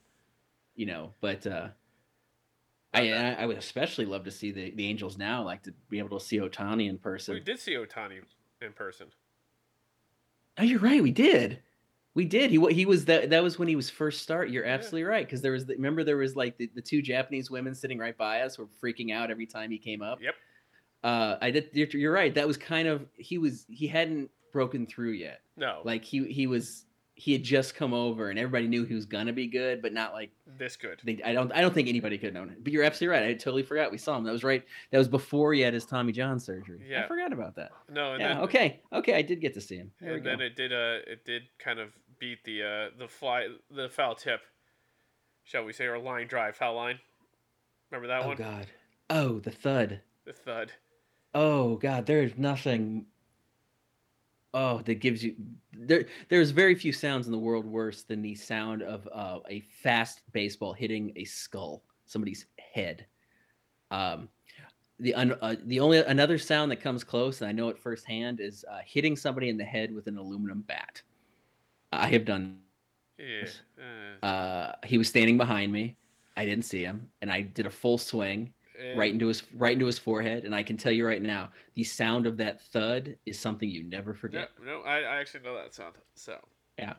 [SPEAKER 3] you know. But uh, I and I I would especially love to see the, the Angels now, like to be able to see Otani in
[SPEAKER 1] we
[SPEAKER 3] person.
[SPEAKER 1] did see Otani in person.
[SPEAKER 3] Oh, you're right. We did. We did. He wa- he was that. That was when he was first start. You're absolutely right. Because there was the, remember there was like the, the two Japanese women sitting right by us were freaking out every time he came up.
[SPEAKER 1] Yep.
[SPEAKER 3] Uh, I did. You're, you're right. That was kind of he was he hadn't broken through yet.
[SPEAKER 1] No,
[SPEAKER 3] Like he he was he had just come over and everybody knew he was gonna be good, but not like
[SPEAKER 1] this good.
[SPEAKER 3] they, I don't I don't think anybody could have known it. But you're absolutely right. I totally forgot we saw him. That was right. That was before he had his Tommy John surgery. I
[SPEAKER 1] Yeah.
[SPEAKER 3] forgot about that.
[SPEAKER 1] No, and
[SPEAKER 3] yeah.
[SPEAKER 1] then,
[SPEAKER 3] okay. Okay. I did get to see him. There we
[SPEAKER 1] and
[SPEAKER 3] go.
[SPEAKER 1] then it did. Uh, it did kind of beat the uh, the fly the foul tip, shall we say, or line drive foul line. Remember that
[SPEAKER 3] oh
[SPEAKER 1] one?
[SPEAKER 3] God. Oh, the thud.
[SPEAKER 1] The thud.
[SPEAKER 3] Oh God, there's nothing. Oh, that gives you there. There's very few sounds in the world worse than the sound of uh, a fast baseball hitting a skull, somebody's head. Um, the un, uh, the only another sound that comes close, and I know it firsthand, is uh, hitting somebody in the head with an aluminum bat. I have done
[SPEAKER 1] Yeah.
[SPEAKER 3] Yes.
[SPEAKER 1] Uh,
[SPEAKER 3] uh, he was standing behind me. I didn't see him, and I did a full swing
[SPEAKER 1] and-
[SPEAKER 3] right into his right into his forehead. And I can tell you right now, the sound of that thud is something you never
[SPEAKER 1] No,
[SPEAKER 3] forget.
[SPEAKER 1] no, I, I actually know that sound. So. [sighs]
[SPEAKER 3] Yeah.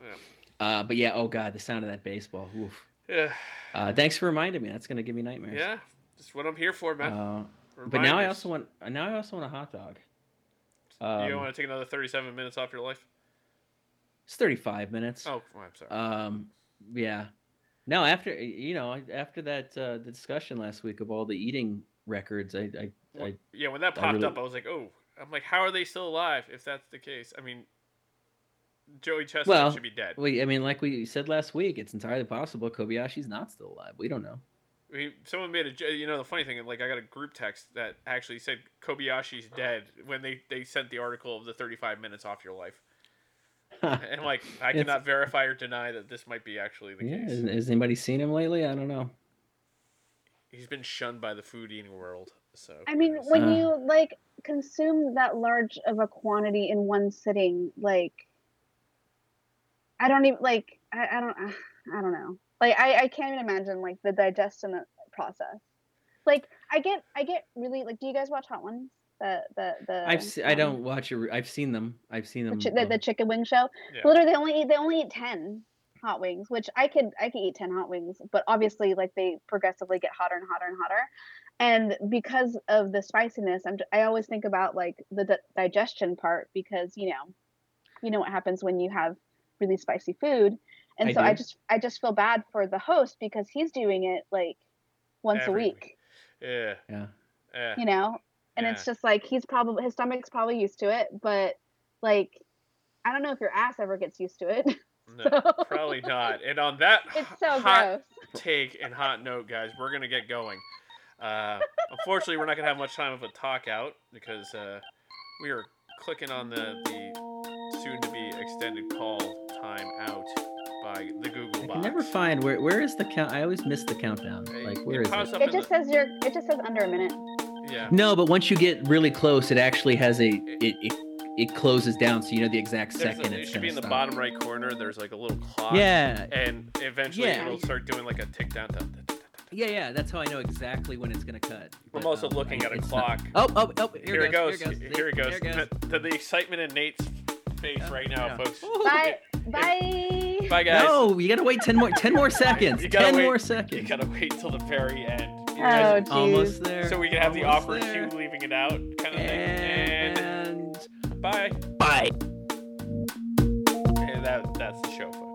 [SPEAKER 3] Uh, but yeah, oh god, the sound of that baseball. Oof.
[SPEAKER 1] Yeah.
[SPEAKER 3] Uh, thanks for reminding me. That's gonna give me nightmares.
[SPEAKER 1] Yeah. Just what I'm here for, man.
[SPEAKER 3] Uh, but now I
[SPEAKER 1] Reminders.
[SPEAKER 3] also want now I also want a hot dog.
[SPEAKER 1] you
[SPEAKER 3] Um,
[SPEAKER 1] don't want to take another 37 minutes off your life?
[SPEAKER 3] it's thirty five minutes.
[SPEAKER 1] Oh, well, I'm sorry.
[SPEAKER 3] Um, yeah. No, after you know after that uh, the discussion last week of all the eating records, I, I,
[SPEAKER 1] Well,
[SPEAKER 3] I
[SPEAKER 1] yeah, when that
[SPEAKER 3] I
[SPEAKER 1] popped
[SPEAKER 3] really-
[SPEAKER 1] up, I was like, oh, I'm like, how are they still alive if that's the case? I mean, Joey Chestnut
[SPEAKER 3] Well,
[SPEAKER 1] should be dead.
[SPEAKER 3] well, I mean, like we said last week, it's entirely possible Kobayashi's not still alive. We don't know. [laughs]
[SPEAKER 1] We, someone made a, jo- you know, the funny thing, like I got a group text that actually said Kobayashi's dead when they, they sent the article of the 35 minutes off your life. And like, I
[SPEAKER 3] It's-
[SPEAKER 1] cannot verify or deny that this might be actually the
[SPEAKER 3] Yeah,
[SPEAKER 1] case.
[SPEAKER 3] has, has anybody seen him lately? I don't know.
[SPEAKER 1] He's been shunned by the food eating world. So
[SPEAKER 2] i mean
[SPEAKER 1] kudos.
[SPEAKER 2] when
[SPEAKER 3] Uh.
[SPEAKER 2] you like consume that large of a quantity in one sitting like i don't even like i, I don't [sighs] i don't know like I, I can't even imagine like the digestion process like i get i get really like do you guys watch hot ones the the the
[SPEAKER 3] I've se- I
[SPEAKER 2] um,
[SPEAKER 3] don't watch. i I've seen them. I've seen
[SPEAKER 2] the,
[SPEAKER 3] them.
[SPEAKER 2] chi- the, the
[SPEAKER 3] um,
[SPEAKER 2] chicken wing show
[SPEAKER 1] Yeah.
[SPEAKER 2] literally they only eat they only eat 10 hot wings which i could i could eat 10 hot wings but obviously like they progressively get hotter and hotter and hotter and because of the spiciness i'm j- i always think about like the di- digestion part because you know you know what happens when you have really spicy food and
[SPEAKER 3] I
[SPEAKER 2] so i
[SPEAKER 3] do.
[SPEAKER 2] just i just feel bad for the host because he's doing it like once
[SPEAKER 1] Every
[SPEAKER 2] a week,
[SPEAKER 1] week. yeah,
[SPEAKER 3] yeah.
[SPEAKER 1] yeah.
[SPEAKER 2] you know and it's
[SPEAKER 1] Yeah.
[SPEAKER 2] just like he's probably his stomach's probably used to it [laughs] but like i don't know if your ass ever gets used to it
[SPEAKER 1] No, probably not. And on that
[SPEAKER 2] [laughs] It's so
[SPEAKER 1] hot
[SPEAKER 2] gross.
[SPEAKER 1] take and hot note, guys, we're gonna get going.
[SPEAKER 3] [laughs]
[SPEAKER 1] Uh, unfortunately, we're not gonna have much time of a talk out because uh, we are clicking on the, the soon-to-be extended call time out by the Google
[SPEAKER 3] I
[SPEAKER 1] box.
[SPEAKER 3] can never find where where is the count. I always miss the countdown.
[SPEAKER 1] Hey,
[SPEAKER 3] Like where is
[SPEAKER 1] pops
[SPEAKER 3] it?
[SPEAKER 1] up
[SPEAKER 2] It
[SPEAKER 1] in
[SPEAKER 2] just
[SPEAKER 1] the-
[SPEAKER 2] says you're. It just says under a minute.
[SPEAKER 1] yeah.
[SPEAKER 3] No, but once you get really close, it actually has a it it, it closes down, so you know the exact
[SPEAKER 1] There's a-
[SPEAKER 3] second
[SPEAKER 1] it
[SPEAKER 3] it's
[SPEAKER 1] should
[SPEAKER 3] gonna
[SPEAKER 1] be in the
[SPEAKER 3] stop.
[SPEAKER 1] bottom right corner. There's like a little clock.
[SPEAKER 3] Yeah,
[SPEAKER 1] And eventually
[SPEAKER 3] Yeah.
[SPEAKER 1] it'll start doing like a tick down. dun, dun, dun, dun, dun.
[SPEAKER 3] yeah, yeah. That's how I know exactly when it's gonna cut.
[SPEAKER 1] I'm
[SPEAKER 3] But,
[SPEAKER 1] also
[SPEAKER 3] um,
[SPEAKER 1] looking at a
[SPEAKER 3] it's
[SPEAKER 1] clock.
[SPEAKER 3] not- Oh, oh, oh!
[SPEAKER 1] Here,
[SPEAKER 3] Here,
[SPEAKER 1] it goes.
[SPEAKER 3] Here it goes.
[SPEAKER 1] Here it goes. [laughs]
[SPEAKER 3] There it
[SPEAKER 1] To, to the excitement in Nate's face
[SPEAKER 3] Yeah.
[SPEAKER 1] right now,
[SPEAKER 3] Yeah.
[SPEAKER 1] folks.
[SPEAKER 2] Bye. Bye.
[SPEAKER 1] Bye, guys.
[SPEAKER 3] No, you gotta wait ten more ten more seconds.
[SPEAKER 1] You gotta
[SPEAKER 3] ten
[SPEAKER 1] wait.
[SPEAKER 3] more
[SPEAKER 1] [laughs] You
[SPEAKER 3] seconds.
[SPEAKER 1] gotta wait till the very end. You
[SPEAKER 2] Oh,
[SPEAKER 1] guys-
[SPEAKER 2] geez.
[SPEAKER 3] Almost there.
[SPEAKER 1] so we can have the
[SPEAKER 3] Almost
[SPEAKER 1] offer
[SPEAKER 3] there.
[SPEAKER 1] cue leaving it out kind of thing. And,
[SPEAKER 3] And
[SPEAKER 1] bye.
[SPEAKER 3] bye.
[SPEAKER 1] And that, that's the show, folks.